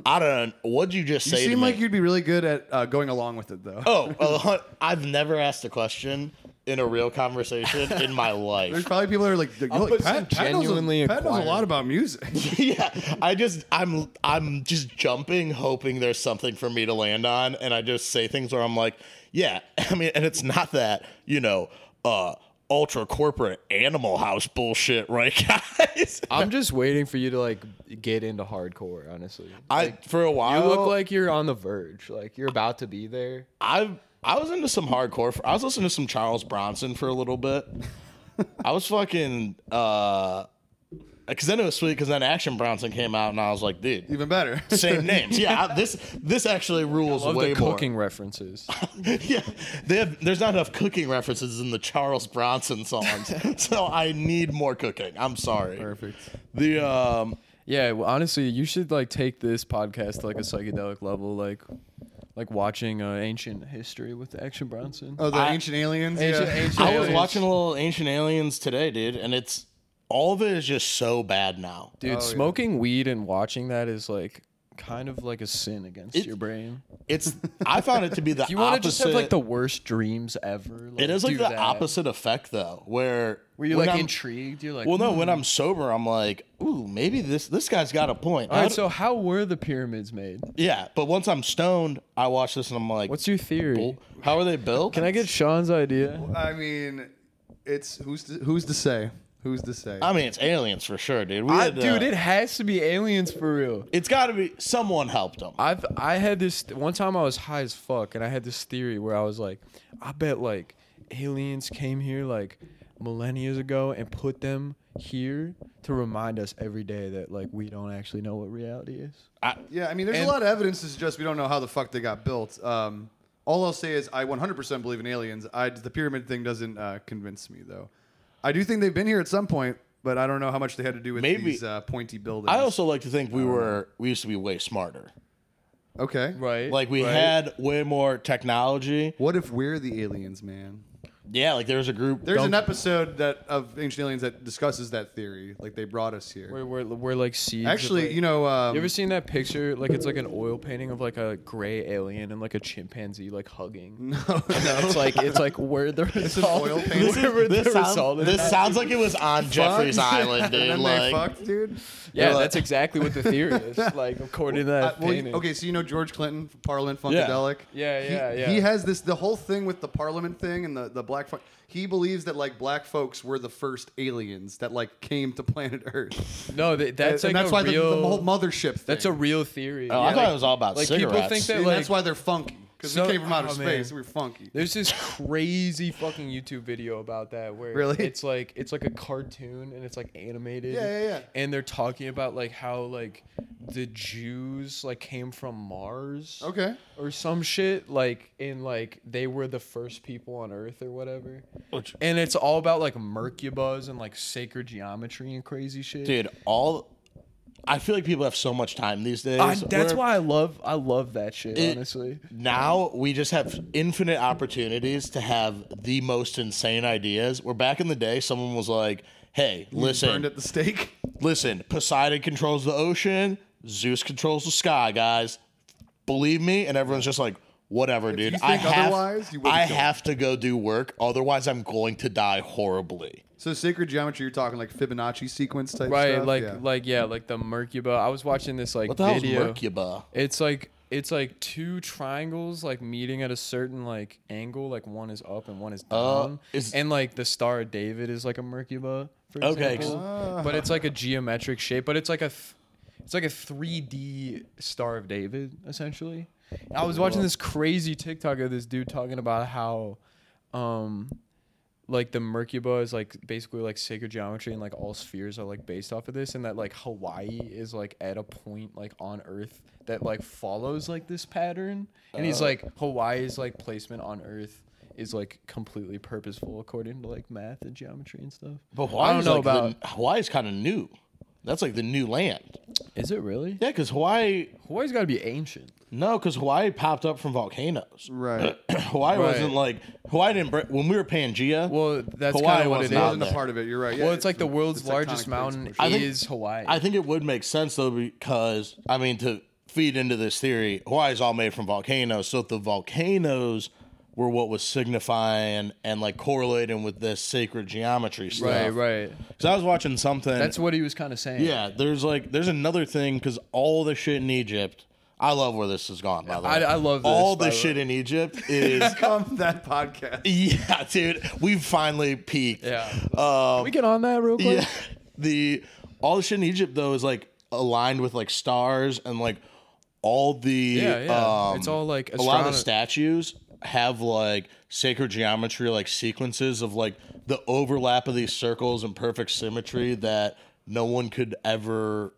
Speaker 1: I don't. What'd you just
Speaker 2: You
Speaker 1: say? to
Speaker 2: seem
Speaker 1: me?
Speaker 2: like you'd be really good at uh, going along with it though.
Speaker 1: Oh, uh, hun- I've never asked a question in a real conversation in my
Speaker 2: There's
Speaker 1: life.
Speaker 2: probably people that are like, you know, like
Speaker 3: put
Speaker 2: Pat,
Speaker 3: some
Speaker 2: Pat knows
Speaker 3: genuinely
Speaker 2: a, Pat knows a
Speaker 3: acquired-
Speaker 2: lot about music.
Speaker 1: yeah, I just I'm I'm just jumping, hoping there's something for me to land on, and I just say things where I'm like, yeah, I mean, and it's not that you know, uh, ultra corporate Animal House bullshit, right, guys?
Speaker 3: I'm just waiting for you to like get into hardcore. Honestly,
Speaker 1: I for a
Speaker 3: you
Speaker 1: while
Speaker 3: look like you're on the verge. Like you're about to be there.
Speaker 1: I I was into some hardcore. For, I was listening to some Charles Bronson for a little bit. I was fucking uh, because then it was sweet. Because then Action Bronson came out, and I was like, dude,
Speaker 2: Even better.
Speaker 1: same names. Yeah, I- this this actually rules
Speaker 3: Love
Speaker 1: way
Speaker 3: the
Speaker 1: more.
Speaker 3: cooking references.
Speaker 1: yeah, they have, there's not enough cooking references in the Charles Bronson songs, so I need more cooking. I'm sorry.
Speaker 2: Perfect.
Speaker 1: The um,
Speaker 3: yeah, well, honestly, you should like take this podcast to like a psychedelic level, like like watching uh, ancient history with Action Bronson.
Speaker 2: Oh, the
Speaker 1: I-
Speaker 2: ancient aliens.
Speaker 3: Ancient-
Speaker 2: yeah.
Speaker 3: ancient-
Speaker 1: I was
Speaker 3: Aliens.
Speaker 1: watching a little Ancient Aliens today, dude, and it's all of it is just so bad now.
Speaker 3: Dude, smoking weed and watching that is like kind of like a sin against your brain.
Speaker 1: It's I found it to be the
Speaker 3: You want to
Speaker 1: opposite.
Speaker 3: just have like the worst dreams ever.
Speaker 1: it is like
Speaker 3: do
Speaker 1: the
Speaker 3: that.
Speaker 1: opposite effect though, where
Speaker 3: Were you
Speaker 1: when
Speaker 3: like
Speaker 1: I'm-
Speaker 3: intrigued? You're like,
Speaker 1: Well, no.
Speaker 3: "Hmm."
Speaker 1: When I'm sober, I'm like, ooh, maybe this this guy's got a point.
Speaker 3: All
Speaker 1: How
Speaker 3: right,
Speaker 1: do-
Speaker 3: so how were the pyramids made?
Speaker 1: yeah, but once I'm stoned, I watch this and I'm like,
Speaker 3: What's your theory?
Speaker 1: "Bull- how are they built?
Speaker 3: Can I get Sean's idea?
Speaker 2: I mean, it's who's to, who's to say? Who's to say?
Speaker 1: I mean, it's aliens for sure, dude. We
Speaker 3: I,
Speaker 1: had, uh,
Speaker 3: dude, it has to be aliens for real.
Speaker 1: it's got to be someone helped them.
Speaker 3: I've I had this one time I was high as fuck and I had this theory where I was like, I bet like aliens came here like millennia ago and put them here to remind us every day that like we don't actually know what reality is.
Speaker 2: yeah, I mean, there's
Speaker 3: and-
Speaker 2: a lot of evidence to suggest we don't know how the fuck they got built. Um, all I'll say is I 100% believe in aliens. I, the pyramid thing doesn't uh, convince me though. I do think they've been here at some point, but I don't know how much they had to do with
Speaker 1: Maybe-
Speaker 2: these uh, pointy buildings.
Speaker 1: I also like to think we were we used to be way smarter.
Speaker 2: okay.
Speaker 3: Right.
Speaker 1: Like we had way more technology.
Speaker 2: What if we're the aliens, man?
Speaker 1: Yeah, like there was a group.
Speaker 2: There's
Speaker 1: Don't-
Speaker 2: an episode that of Ancient Aliens that discusses that theory. Like they brought us here.
Speaker 3: we're, we're, we're like seeds. of,
Speaker 2: Actually,
Speaker 3: like-
Speaker 2: you know, um,
Speaker 3: You ever seen that picture? Like it's like an oil painting of like a gray alien and like a chimpanzee like hugging. No, it's like it's like where the result.
Speaker 2: oil painting.
Speaker 1: This,
Speaker 2: This
Speaker 1: is,
Speaker 3: where the
Speaker 1: this,
Speaker 3: result
Speaker 1: sound,
Speaker 3: is
Speaker 1: this
Speaker 3: at.
Speaker 1: sounds like it was on Jeffrey's Island, dude.
Speaker 2: and then
Speaker 1: like,
Speaker 2: they fucked, dude.
Speaker 3: Yeah,
Speaker 1: They're like-
Speaker 3: that's exactly what the theory is. Like according to
Speaker 2: Uh,
Speaker 3: that
Speaker 2: well, you-
Speaker 3: painting.
Speaker 2: okay, so you know George Clinton, Parliament Funkadelic.
Speaker 3: Yeah,
Speaker 2: He-
Speaker 3: yeah, yeah.
Speaker 2: He has this the whole thing with the Parliament thing and the the black. Fun- he believes that like black folks were the first aliens that like came to planet Earth.
Speaker 3: No, th- that's
Speaker 2: and
Speaker 3: like
Speaker 2: that's
Speaker 3: a
Speaker 2: why the-
Speaker 3: real.
Speaker 2: the, whole mothership. Thing.
Speaker 3: that's a real theory.
Speaker 1: Oh, I thought it was all about
Speaker 3: like, People
Speaker 1: cigarettes.
Speaker 3: think that
Speaker 2: And
Speaker 3: like
Speaker 2: that's why they're funky because
Speaker 3: So-
Speaker 2: we came from outer
Speaker 3: oh, man.
Speaker 2: space. We were funky.
Speaker 3: there's this crazy fucking YouTube video about that where
Speaker 2: Really?
Speaker 3: it's like it's like a cartoon and it's like animated.
Speaker 2: Yeah, yeah, yeah.
Speaker 3: And they're talking about like how like the Jews like came from Mars.
Speaker 2: Okay.
Speaker 3: Or some shit like in like they were the first people on Earth or whatever.
Speaker 1: Which-
Speaker 3: and it's all about like Merkabas and like sacred geometry and crazy shit.
Speaker 1: dude, all. I feel like people have so much time these days.
Speaker 3: I, that's
Speaker 1: where
Speaker 3: why I love I love that shit.
Speaker 1: It-
Speaker 3: honestly,
Speaker 1: Now we just have infinite opportunities to have the most insane ideas. Where back in the day, someone was like, "Hey,
Speaker 2: Burned
Speaker 1: listen,
Speaker 2: at the stake.
Speaker 1: listen. Poseidon controls the ocean. Zeus controls the sky, guys. Believe me." And everyone's just like, "Whatever, dude.
Speaker 2: you
Speaker 1: I
Speaker 2: think
Speaker 1: have,
Speaker 2: otherwise, you would've
Speaker 1: I
Speaker 2: killed
Speaker 1: have to go do work. Otherwise, I'm going to die horribly."
Speaker 2: So sacred geometry, you're talking like Fibonacci sequence type
Speaker 3: right?
Speaker 2: stuff?
Speaker 3: like
Speaker 2: Yeah.
Speaker 3: like yeah, like the Merkaba. I was watching this like
Speaker 1: What the hell is
Speaker 3: video.
Speaker 1: Merkaba?
Speaker 3: It's like it's like two triangles like meeting at a certain like angle. Like one is up and one is down.
Speaker 1: Uh, is-
Speaker 3: and like the Star of David is like a Merkaba. For
Speaker 1: Okay,
Speaker 3: example. but it's like a geometric shape. But it's like a th- it's like a 3D Star of David essentially. I was watching this crazy TikTok of this dude talking about how. um like the Merkaba is like basically like sacred geometry and like all spheres are like based off of this and that like Hawaii is like at a point like on earth that like follows like this pattern and he's like Hawaii's like placement on earth is like completely purposeful according to like math and geometry and stuff.
Speaker 1: But
Speaker 3: I
Speaker 1: Hawaii
Speaker 3: don't
Speaker 1: is
Speaker 3: know
Speaker 1: like
Speaker 3: about
Speaker 1: the, Hawaii's kind of new. That's like the new land.
Speaker 3: Is it really?
Speaker 1: Yeah, because Hawaii
Speaker 3: Hawaii's got to be ancient.
Speaker 1: No, because Hawaii popped up from volcanoes.
Speaker 2: right.
Speaker 1: Hawaii
Speaker 3: Right.
Speaker 1: wasn't like Hawaii didn't break when we were Pangea.
Speaker 3: Well, that's
Speaker 1: Hawaii
Speaker 3: kind of what
Speaker 1: was
Speaker 3: it
Speaker 2: It
Speaker 1: not
Speaker 3: is.
Speaker 2: wasn't a
Speaker 1: there.
Speaker 2: part of it. You're right.
Speaker 3: Well,
Speaker 2: Yeah,
Speaker 3: it's like the world's
Speaker 2: it's
Speaker 3: largest
Speaker 2: tectonic
Speaker 3: mountain
Speaker 2: plates for sure.
Speaker 1: I think-
Speaker 3: is Hawaii.
Speaker 1: I think it would make sense though because I mean to feed into this theory, Hawaii's all made from volcanoes. So if the volcanoes were what was signifying and like correlating with this sacred geometry stuff.
Speaker 3: right, right.
Speaker 1: Because I was watching something.
Speaker 3: That's what he was kind of saying.
Speaker 1: yeah. There's like there's another thing because all the shit in Egypt. I love where this has gone. By the way,
Speaker 3: I- I love this,
Speaker 1: all
Speaker 3: by
Speaker 1: the
Speaker 3: the
Speaker 1: shit in Egypt is
Speaker 2: Come that podcast.
Speaker 1: Yeah, dude, we finally peaked.
Speaker 3: Yeah.
Speaker 1: Um,
Speaker 3: we get on that real quick?
Speaker 1: yeah. The all the shit in Egypt though is like aligned with like stars and like all the
Speaker 3: Yeah, yeah.
Speaker 1: um,
Speaker 3: It's all, like,
Speaker 1: a lot of the
Speaker 3: astrono-
Speaker 1: statues have like sacred geometry like sequences of like the overlap of these circles and perfect symmetry that no one could ever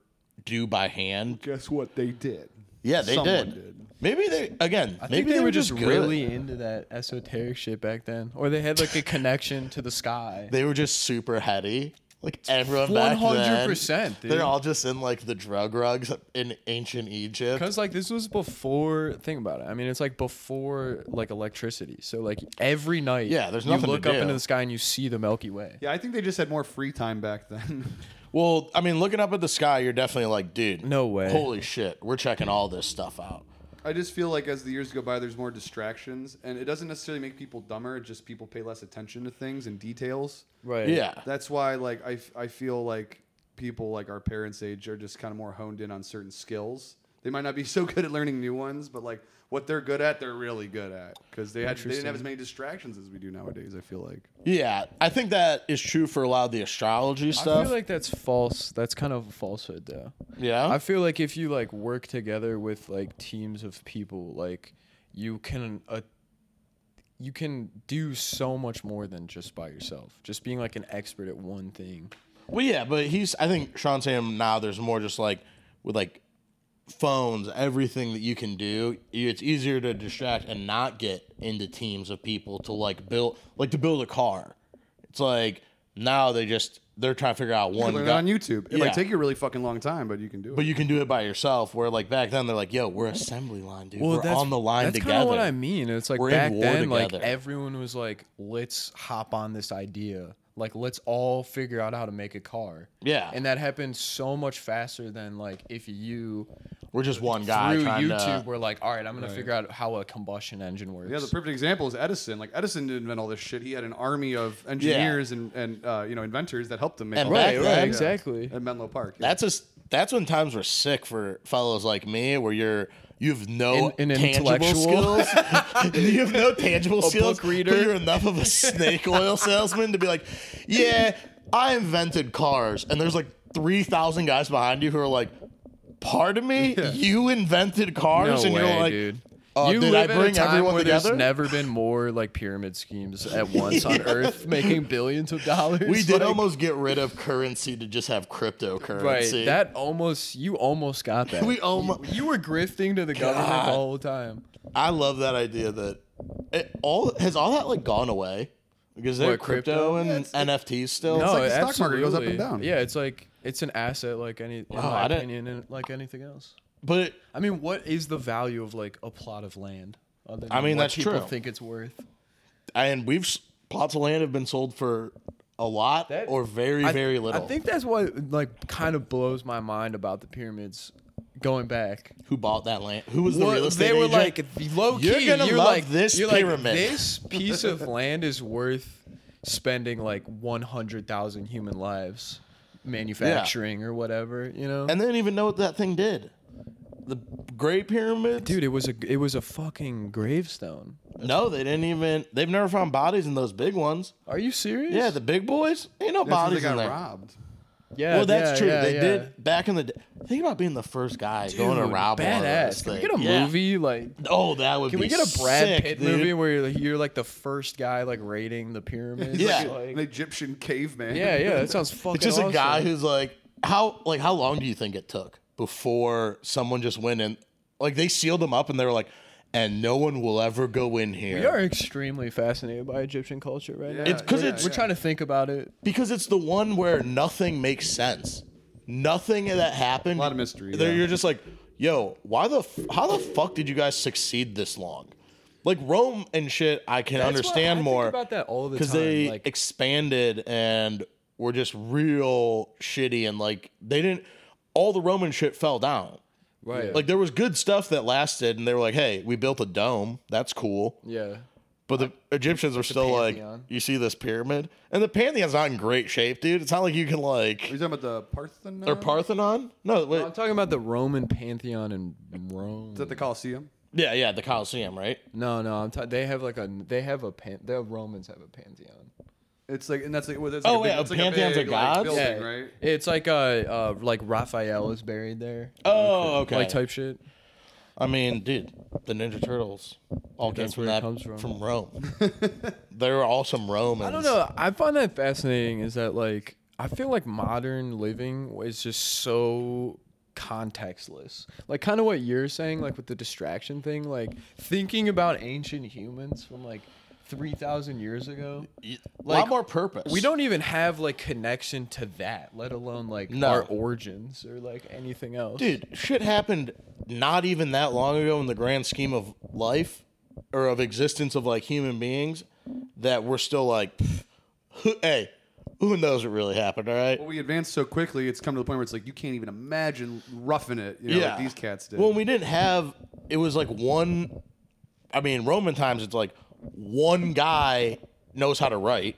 Speaker 1: do by hand.
Speaker 2: Guess what they did?
Speaker 1: Yeah, they
Speaker 2: Someone
Speaker 1: did. Maybe they again.
Speaker 3: I
Speaker 1: maybe
Speaker 3: think they, were just
Speaker 1: good.
Speaker 3: really into that esoteric shit back then, or they had like a connection to the sky.
Speaker 1: They were just super heady. Like everyone back then,
Speaker 3: 100%, dude.
Speaker 1: they're all just in like the drug rugs in ancient Egypt.
Speaker 3: Because like this was before. Think about it. I mean, it's like before like electricity. So like every night,
Speaker 1: Yeah, there's
Speaker 3: you
Speaker 1: nothing to
Speaker 3: look up
Speaker 1: do.
Speaker 3: into the sky and you see the Milky Way.
Speaker 2: Yeah, I think they just had more free time back then.
Speaker 1: Well, I mean, looking up at the sky, you're definitely like, dude,
Speaker 3: No way.
Speaker 1: holy shit, we're checking all this stuff out.
Speaker 2: I just feel like as the years go by, there's more distractions, and it doesn't necessarily make people dumber. It's just people pay less attention to things and details.
Speaker 3: Right.
Speaker 1: Yeah,
Speaker 2: That's why, like, I, f- I feel like people like our parents' age are just kind of more honed in on certain skills. They might not be so good at learning new ones, but like what they're good at, they're really good at because they had they didn't have as many distractions as we do nowadays. I feel like.
Speaker 1: yeah. I think that is true for a lot of the astrology
Speaker 3: I
Speaker 1: stuff.
Speaker 3: feel like that's false. That's kind of a falsehood, though.
Speaker 1: yeah,
Speaker 3: I feel like if you like work together with like teams of people, like you can uh, you can do so much more than just by yourself. Just being like an expert at one thing.
Speaker 1: well, yeah, but he's. I think Sean's saying now there's more just like with like phones, everything that you can do. you- It's easier to distract and not get into teams of people to like build, like to build a car. It's like now they just they're trying to figure out one.
Speaker 2: Learn
Speaker 1: guy-
Speaker 2: that on YouTube. It
Speaker 1: Yeah.
Speaker 2: might take you a really fucking long time, but you can do it.
Speaker 1: But you can do it by yourself. Where like back then they're like, "Yo, we're assembly line, dude. we're on the line
Speaker 3: that's kinda
Speaker 1: together."
Speaker 3: what I mean. It's like
Speaker 1: We're in
Speaker 3: back
Speaker 1: war
Speaker 3: then, like
Speaker 1: together.
Speaker 3: everyone was like, "Let's hop on this idea. Like, let's all figure out how to make a car."
Speaker 1: Yeah.
Speaker 3: and that happened so much faster than like if you
Speaker 1: We're just one guy
Speaker 3: through
Speaker 1: trying
Speaker 3: YouTube
Speaker 1: to.
Speaker 3: were like, "All right, I'm gonna figure out how a combustion engine works."
Speaker 2: Yeah, the perfect example is Edison. Like Edison didn't invent all this shit. He had an army of engineers and, and uh, you know inventors that helped him make
Speaker 1: And
Speaker 2: all
Speaker 1: back
Speaker 2: that shit.
Speaker 1: then- Right,
Speaker 2: Yeah.
Speaker 3: exactly.
Speaker 2: At Menlo Park. yeah.
Speaker 1: That's just that's when times were sick for fellows like me, where you're you have no
Speaker 3: An- an
Speaker 1: tangible
Speaker 3: intellectual.
Speaker 1: skills. you have no tangible skills.
Speaker 3: book reader.
Speaker 1: But you're enough of a snake oil salesman to be like, "Yeah, I invented cars," and there's like three thousand guys behind you who are like. Pardon me, you invented cars, and you're like, "Uh,
Speaker 3: you
Speaker 1: did
Speaker 3: live
Speaker 1: I
Speaker 3: at a
Speaker 1: bring
Speaker 3: time
Speaker 1: everyone
Speaker 3: where
Speaker 1: together?"
Speaker 3: there's never been more like pyramid schemes at once on Earth, making billions of dollars.
Speaker 1: We did
Speaker 3: Like,
Speaker 1: almost get rid of currency to just have cryptocurrency.
Speaker 3: right. That almost you almost got that.
Speaker 1: we almost.
Speaker 3: You were grifting to the government the whole time.
Speaker 1: I love that idea that it all has all that like gone away because they're
Speaker 3: What,
Speaker 1: crypto,
Speaker 3: crypto?
Speaker 1: and
Speaker 2: Yeah, it's-
Speaker 1: NFTs still.
Speaker 3: no,
Speaker 2: like the stock market, it goes up
Speaker 3: absolutely.
Speaker 2: and down.
Speaker 3: Yeah, it's like it's an asset, like any, in my
Speaker 1: Oh, I didn't-
Speaker 3: opinion, and like anything else.
Speaker 1: but
Speaker 3: I mean, what is the value of like a plot of land? Other than
Speaker 1: I mean,
Speaker 3: what
Speaker 1: that's
Speaker 3: people
Speaker 1: true.
Speaker 3: think it's worth.
Speaker 1: and we've s- plots of land have been sold for a lot
Speaker 3: That-
Speaker 1: or very
Speaker 3: I-
Speaker 1: very little.
Speaker 3: I think that's what like kind of blows my mind about the pyramids going back.
Speaker 1: who bought that land? Who was the
Speaker 3: What-
Speaker 1: real estate
Speaker 3: they were
Speaker 1: agent?
Speaker 3: like low key.
Speaker 1: You're gonna
Speaker 3: you're
Speaker 1: love
Speaker 3: like,
Speaker 1: this
Speaker 3: you're Like,
Speaker 1: pyramid.
Speaker 3: this piece of land is worth spending like 100,000 human lives manufacturing or whatever, you know?
Speaker 1: and they didn't even know what that thing did. The Great Pyramid,
Speaker 3: Dude, it was a it was a fucking gravestone.
Speaker 1: No, they didn't even. They've never found bodies in those big ones.
Speaker 3: Are you serious?
Speaker 1: Yeah, the big boys ain't no
Speaker 2: That's when
Speaker 1: bodies
Speaker 2: they
Speaker 1: in
Speaker 2: got
Speaker 1: there.
Speaker 2: robbed.
Speaker 3: yeah.
Speaker 1: Well, that's
Speaker 3: yeah,
Speaker 1: true.
Speaker 3: yeah,
Speaker 1: they
Speaker 3: yeah.
Speaker 1: did back in the day. Think about being the first guy going to
Speaker 3: Dude,
Speaker 1: rob one of those
Speaker 3: Badass. Can we
Speaker 1: things.
Speaker 3: get a
Speaker 1: Yeah.
Speaker 3: movie like?
Speaker 1: Oh, that would
Speaker 3: Can
Speaker 1: be
Speaker 3: we get a Brad
Speaker 1: sick,
Speaker 3: Pitt
Speaker 1: dude.
Speaker 3: movie where you're, like- you're like the first guy like raiding the pyramids?
Speaker 1: Yeah.
Speaker 2: An
Speaker 3: Like,
Speaker 2: Egyptian caveman.
Speaker 3: yeah, yeah. That sounds fucking.
Speaker 1: It's just
Speaker 3: awesome.
Speaker 1: a guy who's like, how like how long do you think it took before someone just went in? Like they sealed him up and they were like, and no one will ever go in here.
Speaker 3: We are extremely fascinated by Egyptian culture right now.
Speaker 1: It's 'cause it's-
Speaker 3: We're trying to think about it.
Speaker 1: because it's the one where nothing makes sense. Nothing that happened. A
Speaker 2: lot of mystery,
Speaker 1: There,
Speaker 2: yeah.
Speaker 1: you're just like, yo, why the f- how the fuck did you guys succeed this long? Like Rome and shit, I can
Speaker 3: That's what- I
Speaker 1: understand
Speaker 3: think
Speaker 1: more
Speaker 3: about that all the time.
Speaker 1: because they
Speaker 3: like,
Speaker 1: expanded and were just real shitty and like they didn't. All the Roman shit fell down.
Speaker 3: right.
Speaker 1: Like there was good stuff that lasted, and they were like, "Hey, we built a dome. That's cool."
Speaker 3: yeah.
Speaker 1: But the Egyptians are still like,
Speaker 3: Pantheon.
Speaker 1: you see this pyramid, and the Pantheon's not in great shape, dude. It's not like you can
Speaker 2: Are you
Speaker 1: like
Speaker 2: talking about the Parthenon?
Speaker 1: or Parthenon. No, wait.
Speaker 3: I'm talking about the Roman pantheon in Rome.
Speaker 2: Is that the Colosseum?
Speaker 1: yeah, yeah, the Colosseum, right?
Speaker 3: no, no, I'm ta- they have like a they have a pan- the Romans have a pantheon.
Speaker 2: It's like, and that's like, well, that's like
Speaker 1: Oh,
Speaker 2: a big,
Speaker 1: yeah,
Speaker 2: it's like
Speaker 1: Pantheon's
Speaker 2: a
Speaker 1: a
Speaker 2: big, like,
Speaker 1: god?
Speaker 2: building,
Speaker 1: Yeah.
Speaker 2: right?
Speaker 3: It's like uh, uh like Raphael is buried there.
Speaker 1: Oh, okay.
Speaker 3: Like type shit.
Speaker 1: I mean, dude, the Ninja Turtles all came
Speaker 3: That's
Speaker 1: from
Speaker 3: where it
Speaker 1: that
Speaker 3: comes from.
Speaker 1: from Rome. they were all some Romans.
Speaker 3: I don't know. I find that fascinating is that like I feel like modern living is just so contextless. Like kind of what you're saying like with the distraction thing, like thinking about ancient humans from like three thousand years ago.
Speaker 1: A
Speaker 3: Like,
Speaker 1: lot more purpose.
Speaker 3: We don't even have like connection to that, let alone like
Speaker 1: No.
Speaker 3: our origins or like anything else.
Speaker 1: dude. Shit happened not even that long ago in the grand scheme of life or of existence of like human beings that we're still like, "Pff, who- hey, who knows what really happened? All right.
Speaker 2: But we advanced so quickly, it's come to the point where it's like you can't even imagine roughing it. You know, like these cats did.
Speaker 1: Well, we didn't have. It was like one. I mean, Roman times. It's like one guy knows how to write.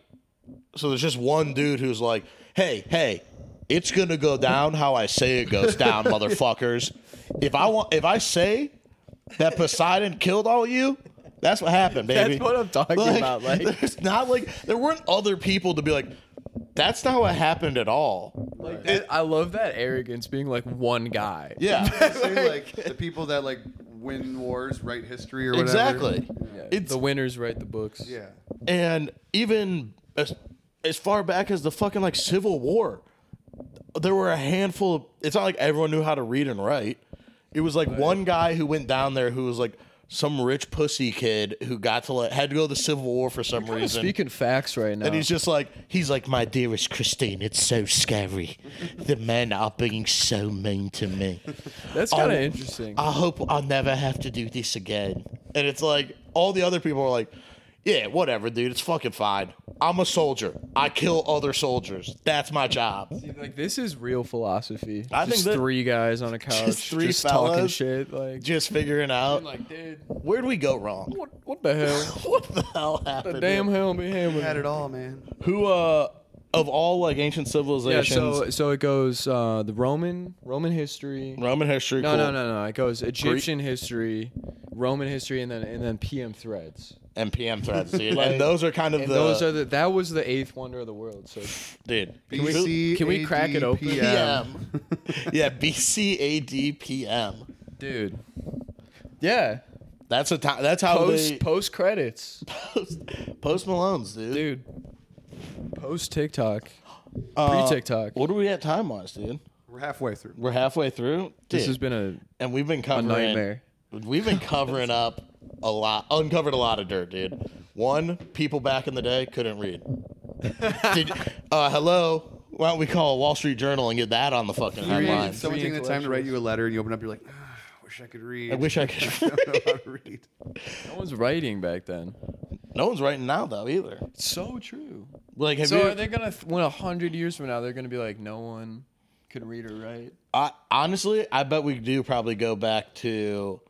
Speaker 1: So there's just one dude who's like, "Hey, hey, it's gonna go down how I say it goes down, motherfuckers. If I want, if I say that Poseidon killed all you." That's what happened, baby.
Speaker 3: That's what I'm talking about, like-
Speaker 1: there's not like there weren't other people to be like, that's not what happened at all.
Speaker 3: Like that, I love that arrogance being like one guy.
Speaker 1: Yeah,
Speaker 2: Same, like the people that like win wars, write history or whatever.
Speaker 1: exactly.
Speaker 3: It's, the winners write the books.
Speaker 2: Yeah.
Speaker 1: and even as, as far back as the fucking like civil war there were a handful of it's not like everyone knew how to read and write it was like one guy who went down there who was like some rich pussy kid who got to like had to go to the civil war for some
Speaker 3: I'm
Speaker 1: reason
Speaker 3: speaking facts right now.
Speaker 1: and he's just like he's like my dearest christine it's so scary the men are being so mean to me
Speaker 3: That's kind of
Speaker 1: Oh,
Speaker 3: interesting.
Speaker 1: I hope I'll never have to do this again. And it's like all the other people are like, yeah, whatever, dude. It's fucking fine. I'm a soldier. I kill other soldiers. That's my job.
Speaker 3: like this is real philosophy.
Speaker 1: I
Speaker 3: just
Speaker 1: think that-
Speaker 3: three guys on a couch,
Speaker 1: three
Speaker 3: just talking
Speaker 1: fellas.
Speaker 3: shit. Like,
Speaker 1: Just figuring out
Speaker 3: I'm like, dude,
Speaker 1: where'd we go wrong?
Speaker 3: what, what the hell?
Speaker 1: What the hell happened?
Speaker 3: the
Speaker 1: here?
Speaker 3: damn hell be happening?
Speaker 2: Had it all, man.
Speaker 1: Who uh of all like ancient
Speaker 3: Yeah,
Speaker 1: civilizations?
Speaker 3: so so it goes uh, the Roman Roman history.
Speaker 1: Roman history.
Speaker 3: No,
Speaker 1: cool.
Speaker 3: no, no, no. It goes Egyptian history, Roman history, and then and then PM threads.
Speaker 1: And PM threads, dude. and those are kind of
Speaker 3: And
Speaker 1: the
Speaker 3: those are the that was the eighth wonder of the world. So
Speaker 1: dude.
Speaker 2: BC,
Speaker 3: can we crack it open?
Speaker 2: ADPM.
Speaker 1: PM. yeah, B C A D P M.
Speaker 3: dude, yeah,
Speaker 1: That's a time. That's how
Speaker 3: post
Speaker 1: they
Speaker 3: post credits,
Speaker 1: post, post Malone's, dude.
Speaker 3: dude. Post TikTok,
Speaker 1: Uh,
Speaker 3: pre TikTok.
Speaker 1: What are we at time wise, dude?
Speaker 2: We're halfway through.
Speaker 1: We're halfway through.
Speaker 3: This
Speaker 1: Dude,
Speaker 3: has been a
Speaker 1: and we've been
Speaker 3: a
Speaker 1: covering
Speaker 3: nightmare.
Speaker 1: We've been covering up a lot, uncovered a lot of dirt, dude. One, people back in the day couldn't read. Did, uh, hello, why don't we call Wall Street Journal and get that on the fucking headline?
Speaker 3: agents.
Speaker 2: Someone
Speaker 3: Three
Speaker 2: taking the time to write you a letter, and you open up, you're like, ah, I wish I could read.
Speaker 1: I wish I could.
Speaker 2: I don't know how to read.
Speaker 3: No one's writing back then.
Speaker 1: no one's writing now though either.
Speaker 3: So true.
Speaker 1: Like, have
Speaker 3: So
Speaker 1: you?
Speaker 3: are they gonna th- when a hundred years from now they're gonna be like no one could read or write?
Speaker 1: I, honestly, I bet we do probably go back to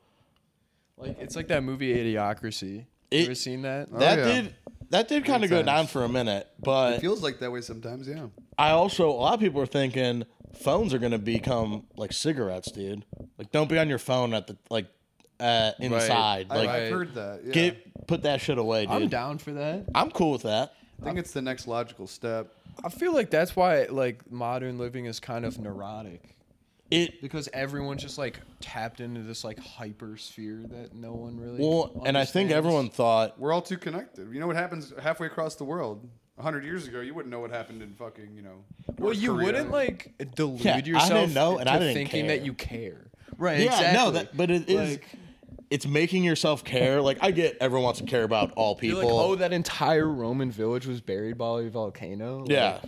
Speaker 3: Like it's like that movie Idiocracy.
Speaker 1: It-
Speaker 3: you ever seen that?
Speaker 1: that
Speaker 2: yeah.
Speaker 1: did that did kind of go
Speaker 2: times.
Speaker 1: down for a minute, but
Speaker 2: It feels like that way sometimes, yeah.
Speaker 1: I also a lot of people are thinking phones are gonna become like cigarettes, dude. Like don't be on your phone at the like uh, inside.
Speaker 2: I,
Speaker 1: Like
Speaker 2: I've
Speaker 3: Right.
Speaker 2: heard that. Yeah.
Speaker 1: get put that shit away, dude.
Speaker 3: I'm
Speaker 1: I'm,
Speaker 3: down for that.
Speaker 1: cool with that.
Speaker 2: I think it's the next logical step.
Speaker 3: I feel like that's why like modern living is kind of neurotic
Speaker 1: It
Speaker 3: because everyone's just like tapped into this like hyper sphere that no one really.
Speaker 1: well, and I think
Speaker 3: understands.
Speaker 1: everyone thought
Speaker 2: We're all too connected. You know what happens halfway across the world? A hundred years ago, you wouldn't know what happened in fucking, you know.
Speaker 3: Well,
Speaker 2: North
Speaker 3: you
Speaker 2: Korea.
Speaker 3: wouldn't like delude
Speaker 1: Yeah, I didn't
Speaker 3: yourself.
Speaker 1: know, and I
Speaker 3: to
Speaker 1: didn't
Speaker 3: thinking
Speaker 1: care.
Speaker 3: that you care. Right.
Speaker 1: yeah,
Speaker 3: exactly.
Speaker 1: no, that, but it is.
Speaker 3: Like,
Speaker 1: it's making yourself care. Like I get, everyone wants to care about all
Speaker 3: you're
Speaker 1: people.
Speaker 3: like, oh, that entire Roman village was buried by a volcano. Like,
Speaker 1: yeah,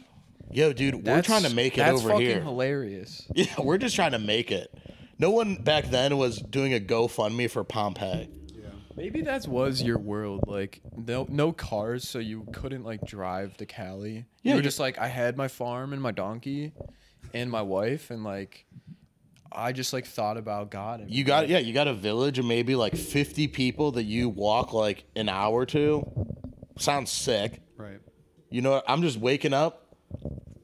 Speaker 1: yo, dude, we're
Speaker 3: that's-
Speaker 1: trying to make it
Speaker 3: that's
Speaker 1: over
Speaker 3: fucking
Speaker 1: here.
Speaker 3: Hilarious.
Speaker 1: Yeah, we're just trying to make it. No one back then was doing a GoFundMe for Pompeii.
Speaker 3: Maybe that was your world. Like no no cars, so you couldn't like drive to Cali.
Speaker 1: Yeah,
Speaker 3: you were
Speaker 1: you-
Speaker 3: just like I had my farm and my donkey, and my wife, and like I just like thought about God. every
Speaker 1: You
Speaker 3: day.
Speaker 1: got yeah, you got a village of maybe like fifty people that you walk like an hour to. Sounds sick.
Speaker 2: Right.
Speaker 1: You know, I'm just waking up.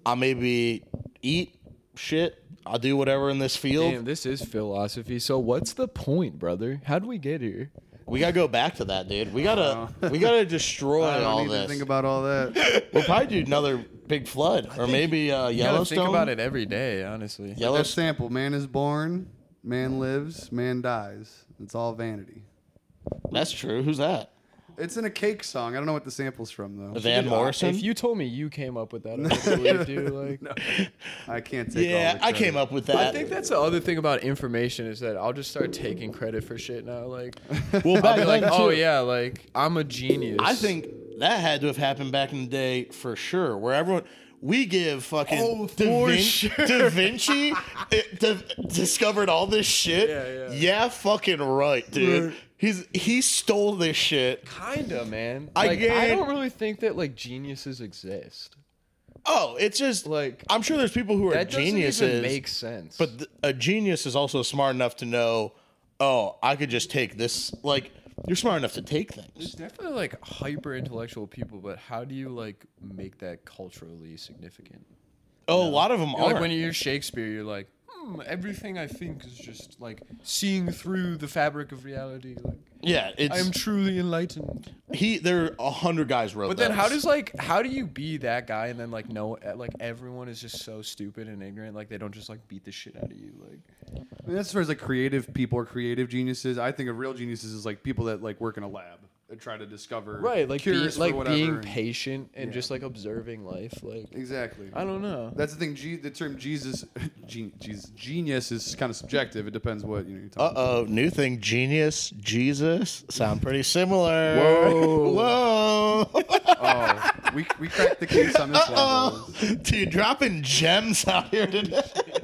Speaker 1: I maybe eat shit. I'll do whatever in this field.
Speaker 3: Damn, this is philosophy. So what's the point, brother? How would we get here?
Speaker 1: We gotta go back to that, dude. We gotta
Speaker 3: Uh-huh.
Speaker 1: we gotta destroy
Speaker 2: I don't
Speaker 1: all
Speaker 2: need to
Speaker 1: this.
Speaker 2: think about all that.
Speaker 1: we'll probably do another big flood or maybe uh,
Speaker 3: You gotta
Speaker 1: Yellowstone.
Speaker 3: think about it every day, honestly.
Speaker 2: that
Speaker 1: Yellowstone.
Speaker 2: sample: man is born, man lives, man dies. It's all vanity.
Speaker 1: That's true. Who's that?
Speaker 2: It's in a cake song. I don't know what the sample's from though.
Speaker 1: Van Morrison.
Speaker 3: If you told me you came up with that, I would believe you. Like,
Speaker 2: I can't take. all
Speaker 1: yeah,
Speaker 2: the
Speaker 1: I
Speaker 2: credit.
Speaker 1: came up with that.
Speaker 3: I think that's the other thing about information is that I'll just start taking credit for shit now. Like,
Speaker 1: well,
Speaker 3: I'll
Speaker 1: back
Speaker 3: be like,
Speaker 1: then,
Speaker 3: oh
Speaker 1: too,
Speaker 3: yeah, like I'm a genius.
Speaker 1: I think that had to have happened back in the day for sure, where everyone we give fucking
Speaker 3: Oh,
Speaker 1: da,
Speaker 3: for
Speaker 1: Vin-
Speaker 3: sure.
Speaker 1: da Vinci it, di- discovered all this shit.
Speaker 3: Yeah, yeah.
Speaker 1: fucking right, dude. He's he stole this shit.
Speaker 3: kinda, man.
Speaker 1: I
Speaker 3: Like, I
Speaker 1: get-
Speaker 3: don't really think that like geniuses exist.
Speaker 1: Oh, it's just
Speaker 3: Like,
Speaker 1: I'm sure there's people who are
Speaker 3: That doesn't
Speaker 1: geniuses,
Speaker 3: even make sense.
Speaker 1: but th- a genius is also smart enough to know. Oh, I could just take this. Like you're smart enough to take things.
Speaker 3: There's definitely like hyper intellectual people, but how do you like make that culturally significant?
Speaker 1: Oh, a lot of them are.
Speaker 3: Like when you're Shakespeare, you're like, hmm, everything I think is just like seeing through the fabric of reality. Like
Speaker 1: yeah, it's
Speaker 3: I'm truly enlightened.
Speaker 1: he. There are a hundred guys wrote.
Speaker 3: But then
Speaker 1: those.
Speaker 3: how does like how do you be that guy and then like no eh, like everyone is just so stupid and ignorant like they don't just like beat the shit out of you like
Speaker 2: I mean, as far as like creative people or creative geniuses, I think of real geniuses as like people that like work in a lab and try to discover
Speaker 3: right like
Speaker 2: cures for
Speaker 3: like
Speaker 2: whatever
Speaker 3: being
Speaker 2: and-
Speaker 3: patient and just like observing life like
Speaker 2: Exactly.
Speaker 3: I don't know.
Speaker 2: That's the thing. G- the term Jesus, gen- Jesus, genius is kind of subjective. It depends what you know. You're
Speaker 1: Uh
Speaker 2: talking
Speaker 1: oh, new thing. Genius, Jesus sound pretty similar.
Speaker 3: Whoa.
Speaker 1: whoa.
Speaker 2: about. we we cracked the case on this one.
Speaker 1: oh,
Speaker 2: boys.
Speaker 1: dude, dropping gems out here today.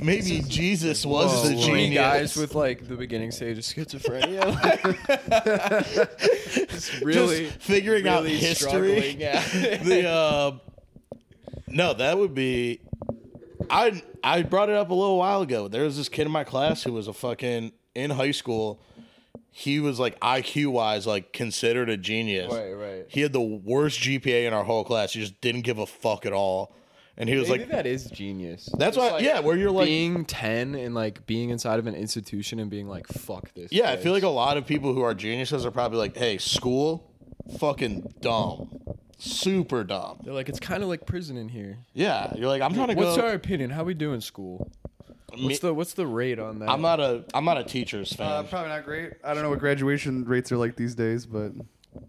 Speaker 1: Maybe Jesus was
Speaker 3: Just
Speaker 1: the
Speaker 3: three
Speaker 1: genius.
Speaker 3: guys with like the beginning stage of schizophrenia. Just really
Speaker 1: Just figuring out
Speaker 3: really
Speaker 1: history.
Speaker 3: struggling, yeah.
Speaker 1: the uh, no, that would be. I I brought it up a little while ago. There was this kid in my class who was a fucking in high school. He was like IQ wise, like considered a genius.
Speaker 3: Right, right.
Speaker 1: He had the worst GPA in our whole class. He just didn't give a fuck at all. And he was
Speaker 3: Maybe
Speaker 1: like,
Speaker 3: that is genius.
Speaker 1: "That's
Speaker 3: Just,
Speaker 1: why, yeah." Where you're like,
Speaker 3: being ten and like being inside of an institution and being like, "Fuck this."
Speaker 1: Yeah, I feel like
Speaker 3: place.
Speaker 1: a lot of people who are geniuses are probably like, hey, school, fucking dumb. Super dumb.
Speaker 3: they're like, it's kind of like prison in here.
Speaker 1: Yeah. You're like, I'm trying to
Speaker 3: What's
Speaker 1: go.
Speaker 3: our opinion? How we doing, school?
Speaker 1: Me-
Speaker 3: What's the what's the rate on that?
Speaker 1: I'm not a I'm not a teacher's fan.
Speaker 2: Uh, probably not great. I don't know what graduation rates are like these days, but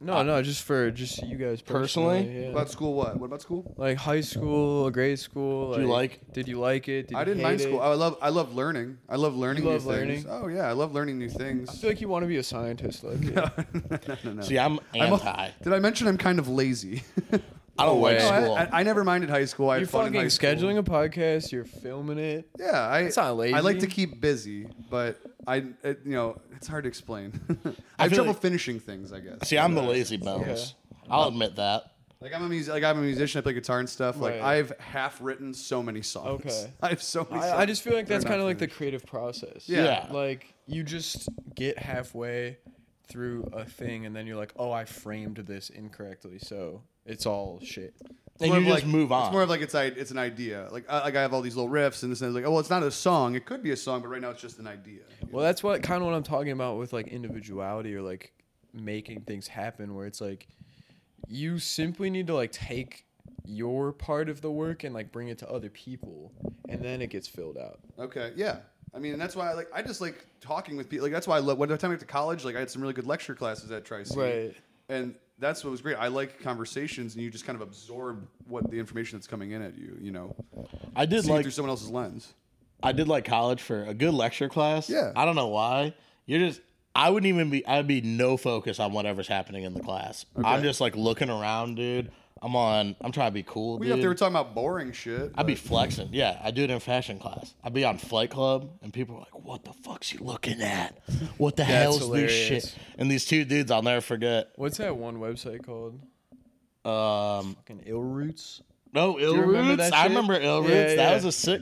Speaker 3: No, no, just for just you guys
Speaker 1: Personally?
Speaker 3: personally.
Speaker 2: What
Speaker 3: yeah.
Speaker 2: about school? What? What about school?
Speaker 3: like high school, grade school.
Speaker 1: Did you like-
Speaker 3: Did you like it? Did
Speaker 2: I
Speaker 3: you
Speaker 2: didn't mind
Speaker 3: hate
Speaker 2: school. Oh,
Speaker 3: it?
Speaker 2: I love I love learning. I love learning
Speaker 3: love
Speaker 2: new
Speaker 3: learning?
Speaker 2: things. Oh yeah, I love learning new things.
Speaker 3: I feel like you want to be a scientist. Like, yeah.
Speaker 2: no, no, no.
Speaker 1: See, I'm
Speaker 2: I'm al-
Speaker 1: anti. I
Speaker 2: did I mention I'm kind of lazy?
Speaker 1: don't like
Speaker 3: way.
Speaker 2: No, I-
Speaker 1: school.
Speaker 2: I, I never minded high school. I had
Speaker 3: You're
Speaker 2: fun
Speaker 3: fucking
Speaker 2: in high school.
Speaker 3: scheduling a podcast. You're filming it.
Speaker 2: Yeah, I.
Speaker 3: It's not lazy.
Speaker 2: I like to keep busy, but I, it, you know, it's hard to explain. I,
Speaker 1: I
Speaker 2: have
Speaker 1: feel
Speaker 2: trouble
Speaker 1: like-
Speaker 2: finishing things. I guess.
Speaker 1: See, I'm the lazy bones. I'll admit that.
Speaker 2: Like I'm a mus- like I'm a musician. I play guitar and stuff. Like
Speaker 3: Right.
Speaker 2: I've half written so many songs.
Speaker 3: Okay.
Speaker 2: I have so many. songs
Speaker 3: I, I just feel like
Speaker 2: that are
Speaker 3: that's
Speaker 2: not
Speaker 3: kind of like the
Speaker 2: finished.
Speaker 3: creative process.
Speaker 1: Yeah.
Speaker 3: Like you just get halfway through a thing and then you're like, oh, I framed this incorrectly, so it's all shit.
Speaker 2: It's
Speaker 1: And
Speaker 2: more
Speaker 1: you
Speaker 2: of
Speaker 1: just
Speaker 2: like-
Speaker 1: move on.
Speaker 2: It's more of like it's I, it's an idea. Like I, like I have all these little riffs and this and like oh well it's not a song. It could be a song, but right now it's just an idea.
Speaker 3: Well, that's what kind of what I'm talking about with like individuality or like making things happen, where it's like you simply need to like take your part of the work and like bring it to other people, and then it gets filled out.
Speaker 2: Okay, yeah. I mean, and that's why I like I just like talking with people. Like that's why I love. When the time I went to college, like I had some really good lecture classes at Tri C.
Speaker 3: Right.
Speaker 2: And that's what was great. I like conversations, and you just kind of absorb what the information that's coming in at you. You know,
Speaker 1: I did
Speaker 2: see it
Speaker 1: like
Speaker 2: through someone else's lens.
Speaker 1: I did like college for a good lecture class.
Speaker 2: Yeah.
Speaker 1: I don't know why. You're just I wouldn't even be I'd be no focus on whatever's happening in the class. I'm just like looking around, dude. I'm on I'm trying to be cool,
Speaker 2: We
Speaker 1: dude.
Speaker 2: if they were talking about boring shit.
Speaker 1: I'd be flexing. Yeah, I do it in fashion class. I'd be on Flight Club, and people are like, "What the fuck's he looking at? What the hell's this
Speaker 3: hilarious.
Speaker 1: shit?" And these two dudes, I'll never forget.
Speaker 3: What's that one website called?
Speaker 1: Um,
Speaker 3: Fucking Ill Roots.
Speaker 1: no, Ill
Speaker 3: remember
Speaker 1: Roots.
Speaker 3: that
Speaker 1: I
Speaker 3: shit?
Speaker 1: remember Ill Roots.
Speaker 3: Yeah,
Speaker 1: That
Speaker 3: yeah.
Speaker 1: was a sick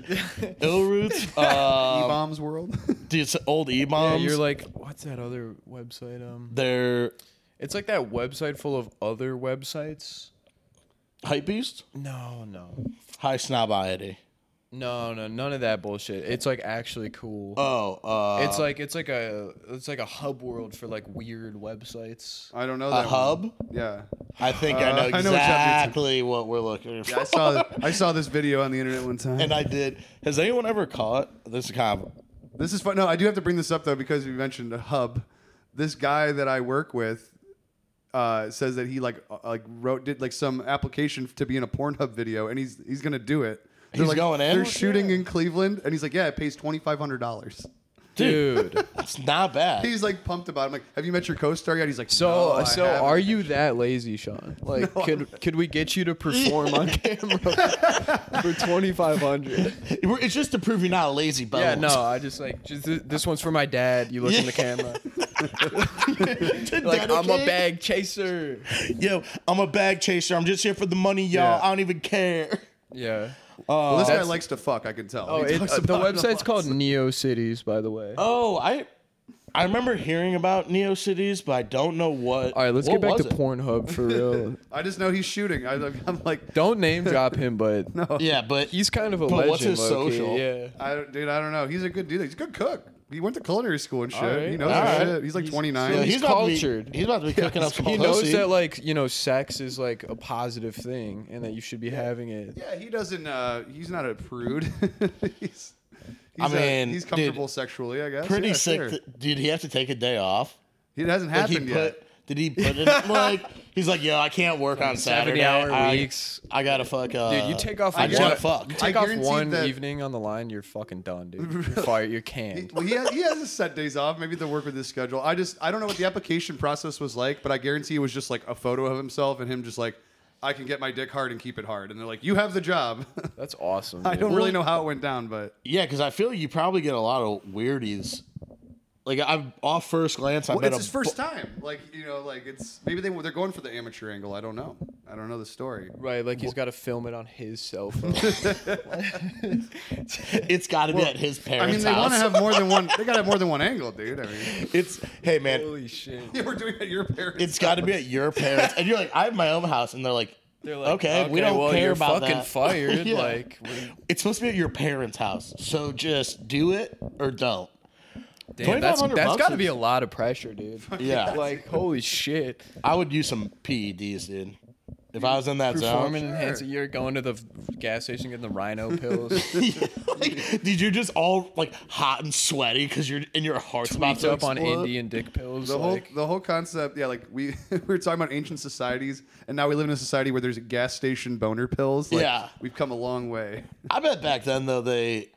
Speaker 1: Ill Roots. Um,
Speaker 2: bombs world.
Speaker 1: dude, it's old E
Speaker 3: Yeah,
Speaker 1: bombs.
Speaker 3: you're like, what's that other website? Um,
Speaker 1: they're
Speaker 3: it's like that website full of other websites.
Speaker 1: hype beast,
Speaker 3: No, no,
Speaker 1: high snobiety.
Speaker 3: no, no, none of that bullshit. It's like actually cool.
Speaker 1: Oh, uh,
Speaker 3: it's like it's like a it's like a hub world for like weird websites.
Speaker 2: I don't know
Speaker 1: a
Speaker 2: that one.
Speaker 1: hub.
Speaker 2: Yeah.
Speaker 1: I think
Speaker 2: Uh,
Speaker 1: I know
Speaker 2: I know what you're up to.
Speaker 1: exactly what we're looking for.
Speaker 2: I saw I saw this video on the internet one time.
Speaker 1: and I did. Has anyone ever caught this? Is kind of
Speaker 2: This is fun. No, I do have to bring this up though because you mentioned a hub. This guy that I work with, uh, says that he like uh, like wrote did like some application to be in a Pornhub video, and he's he's gonna do it. They're
Speaker 1: He's
Speaker 2: like,
Speaker 1: going in?
Speaker 2: They're shooting in Cleveland, and he's like, yeah, it pays twenty five hundred dollars.
Speaker 3: dude.
Speaker 1: It's not bad.
Speaker 2: He's like pumped about. It. I'm like, have you met your co-star yet? He's like,
Speaker 3: So
Speaker 2: "No, I
Speaker 3: so
Speaker 2: haven't."
Speaker 3: are you that lazy, Sean? Like could could we get you to perform on camera for twenty five hundred?
Speaker 1: We're- It's just to prove you're not lazy, bones.
Speaker 3: Yeah, no, I just like just th- this one's for my dad. You look in the camera. Like I'm a
Speaker 1: Dedicate.
Speaker 3: bag chaser.
Speaker 1: Yo, I'm a bag chaser. I'm just here for the money, y'all.
Speaker 3: Yeah.
Speaker 1: I don't even care.
Speaker 3: Yeah.
Speaker 2: Well, this guy
Speaker 3: that's-
Speaker 2: likes to fuck. I can tell.
Speaker 3: Oh,
Speaker 2: He
Speaker 3: it,
Speaker 2: talks
Speaker 3: uh, the
Speaker 2: about it a
Speaker 3: website's
Speaker 2: lot.
Speaker 3: called Neo Cities, by the way.
Speaker 1: Oh, I I remember hearing about Neo Cities, but I don't know what.
Speaker 3: All right, let's
Speaker 1: what
Speaker 3: get back
Speaker 1: was
Speaker 3: to
Speaker 1: it?
Speaker 3: Pornhub for real.
Speaker 2: I just know he's shooting. I, I'm like,
Speaker 3: Don't name drop him, but
Speaker 1: Yeah, but
Speaker 3: he's kind of a
Speaker 1: But
Speaker 3: legend.
Speaker 1: what's his
Speaker 3: low-key,
Speaker 1: social?
Speaker 3: Yeah.
Speaker 2: I don't, dude, I don't know. He's a good dude. He's a good cook. He went to culinary school and shit.
Speaker 3: right.
Speaker 2: He knows
Speaker 1: All
Speaker 2: his
Speaker 1: right.
Speaker 2: shit. He's like 29.
Speaker 1: yeah,
Speaker 3: he's
Speaker 1: he's about to be-
Speaker 3: cultured.
Speaker 1: he's about to be cooking up some
Speaker 3: He
Speaker 1: pussy.
Speaker 3: knows that like, you know, sex is like a positive thing and that you should be having it.
Speaker 2: yeah, he doesn't. Uh, he's not a prude. he's, he's,
Speaker 1: I
Speaker 2: uh,
Speaker 1: mean,
Speaker 2: he's
Speaker 1: dude,
Speaker 2: comfortable sexually, I guess.
Speaker 1: Pretty
Speaker 2: Yeah,
Speaker 1: sick.
Speaker 2: sure.
Speaker 1: th- Did he have to take a day off?
Speaker 2: it hasn't
Speaker 1: Like he
Speaker 2: happened
Speaker 1: put.
Speaker 2: yet.
Speaker 1: Did he put it like he's like, yo, I can't work on
Speaker 3: Seventy
Speaker 1: Saturday.
Speaker 3: hour
Speaker 1: I,
Speaker 3: weeks.
Speaker 1: I gotta fuck. Uh,
Speaker 3: Dude, you take off.
Speaker 1: I
Speaker 3: one-
Speaker 1: gotta fuck.
Speaker 3: You take
Speaker 2: I
Speaker 3: off
Speaker 2: guarantee
Speaker 3: one
Speaker 2: that-
Speaker 3: evening on the line, you're fucking done, dude. You're fired. You're
Speaker 2: He-
Speaker 3: canned.
Speaker 2: well, he has, he has his set days off. Maybe they'll work with his schedule. I just I don't know what the application process was like, but I guarantee it was just like a photo of himself and him just like, I can get my dick hard and keep it hard. And they're like, you have the job.
Speaker 3: That's awesome.
Speaker 2: I
Speaker 3: dude.
Speaker 2: don't really know how it went down, but
Speaker 1: Yeah, because I feel you probably get a lot of weirdies. Like I'm off first glance, I
Speaker 2: Well,
Speaker 1: bet
Speaker 2: it's
Speaker 1: a
Speaker 2: his first time. Like you know, like it's maybe they they're going for the amateur angle. I don't know. I don't know the story.
Speaker 3: Right, like he's got to film it on his cell phone.
Speaker 1: It's got to be at his
Speaker 2: I mean,
Speaker 1: parents'
Speaker 2: they want
Speaker 1: house.
Speaker 2: to have more than one. They got to have more than one angle, dude. I mean,
Speaker 1: it's hey man,
Speaker 3: Holy shit!
Speaker 2: you were doing it at your parents.
Speaker 1: it's got to be at your parents, and you're like, I have my own house, and they're like,
Speaker 3: They're
Speaker 1: okay, we don't
Speaker 3: well,
Speaker 1: care
Speaker 3: you're
Speaker 1: about
Speaker 3: fucking
Speaker 1: that.
Speaker 3: fired.
Speaker 1: Yeah.
Speaker 3: Like, we-
Speaker 1: it's supposed to be at your parents' house, so just do it or don't.
Speaker 3: damn, that's
Speaker 1: 2500
Speaker 3: that's
Speaker 1: bucks
Speaker 3: got to be
Speaker 1: is-
Speaker 3: a lot of pressure, dude.
Speaker 1: Yeah,
Speaker 3: Like, holy shit!
Speaker 1: I would use some PEDs, dude. If I was in that zone,
Speaker 3: Performing enhancing, you're going to the gas station getting the rhino pills.
Speaker 1: like, dude, you're just all like hot and sweaty because you're in your heart's about
Speaker 3: Beats
Speaker 1: to
Speaker 3: up on
Speaker 1: explode.
Speaker 3: Indian dick pills.
Speaker 2: the whole
Speaker 3: like,
Speaker 2: the whole concept. Yeah, like we we were talking about ancient societies, and now we live in a society where there's gas station boner pills. Like,
Speaker 1: Yeah.
Speaker 2: we've come a long way.
Speaker 1: I bet back then though they,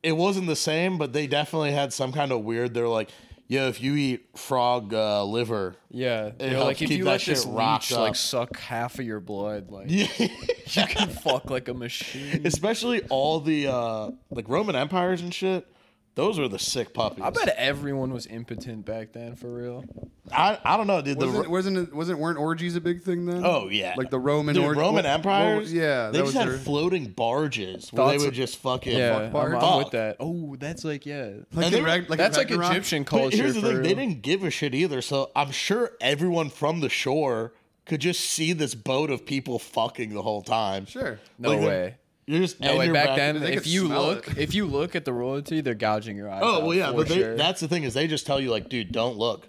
Speaker 1: it wasn't the same, but they definitely had some kind of weird. They're like, yo, if you eat frog uh, liver,
Speaker 3: yeah, they're
Speaker 1: helps
Speaker 3: like if
Speaker 1: keep
Speaker 3: you
Speaker 1: that
Speaker 3: let
Speaker 1: shit
Speaker 3: this
Speaker 1: rocked
Speaker 3: leech like
Speaker 1: up.
Speaker 3: suck half of your blood, like
Speaker 1: yeah.
Speaker 3: you can fuck like a machine.
Speaker 1: especially all the uh like Roman empires and shit. Those were the sick puppies.
Speaker 3: I bet everyone was impotent back then, for real.
Speaker 1: I, I don't know, dude. The
Speaker 2: Wasn't wasn't it, wasn't weren't orgies a big thing then?
Speaker 1: oh yeah,
Speaker 2: like the Roman
Speaker 1: Dude,
Speaker 2: org-
Speaker 1: Roman
Speaker 2: what-
Speaker 1: empires.
Speaker 2: what- yeah,
Speaker 1: they
Speaker 2: that
Speaker 1: just
Speaker 2: was
Speaker 1: had
Speaker 2: their-
Speaker 1: floating barges where
Speaker 3: Thoughts
Speaker 1: they would
Speaker 3: of-
Speaker 1: just fucking
Speaker 3: Yeah,
Speaker 2: bar.
Speaker 3: I'm, I'm
Speaker 1: fuck.
Speaker 3: with that. Oh, that's like yeah,
Speaker 1: and
Speaker 2: Like in
Speaker 1: they-
Speaker 2: Rag- in
Speaker 3: that's like
Speaker 2: Ragnarok?
Speaker 3: Egyptian
Speaker 1: But
Speaker 3: culture.
Speaker 1: here's the
Speaker 3: for
Speaker 1: thing: they
Speaker 3: real.
Speaker 1: didn't give a shit either. So I'm sure everyone from the shore could just see this boat of people fucking the whole time.
Speaker 2: Sure.
Speaker 3: No
Speaker 1: Like,
Speaker 3: way.
Speaker 1: You're just
Speaker 3: No
Speaker 1: and
Speaker 3: way.
Speaker 1: you're
Speaker 3: Back then,
Speaker 2: They
Speaker 3: if
Speaker 2: could
Speaker 3: you
Speaker 2: smell
Speaker 3: look,
Speaker 2: it.
Speaker 3: if you look at the royalty, they're gouging your eyes.
Speaker 1: Oh
Speaker 3: out
Speaker 1: well, yeah,
Speaker 3: for
Speaker 1: but they,
Speaker 3: sure.
Speaker 1: that's the thing is they just tell you like, dude, don't look.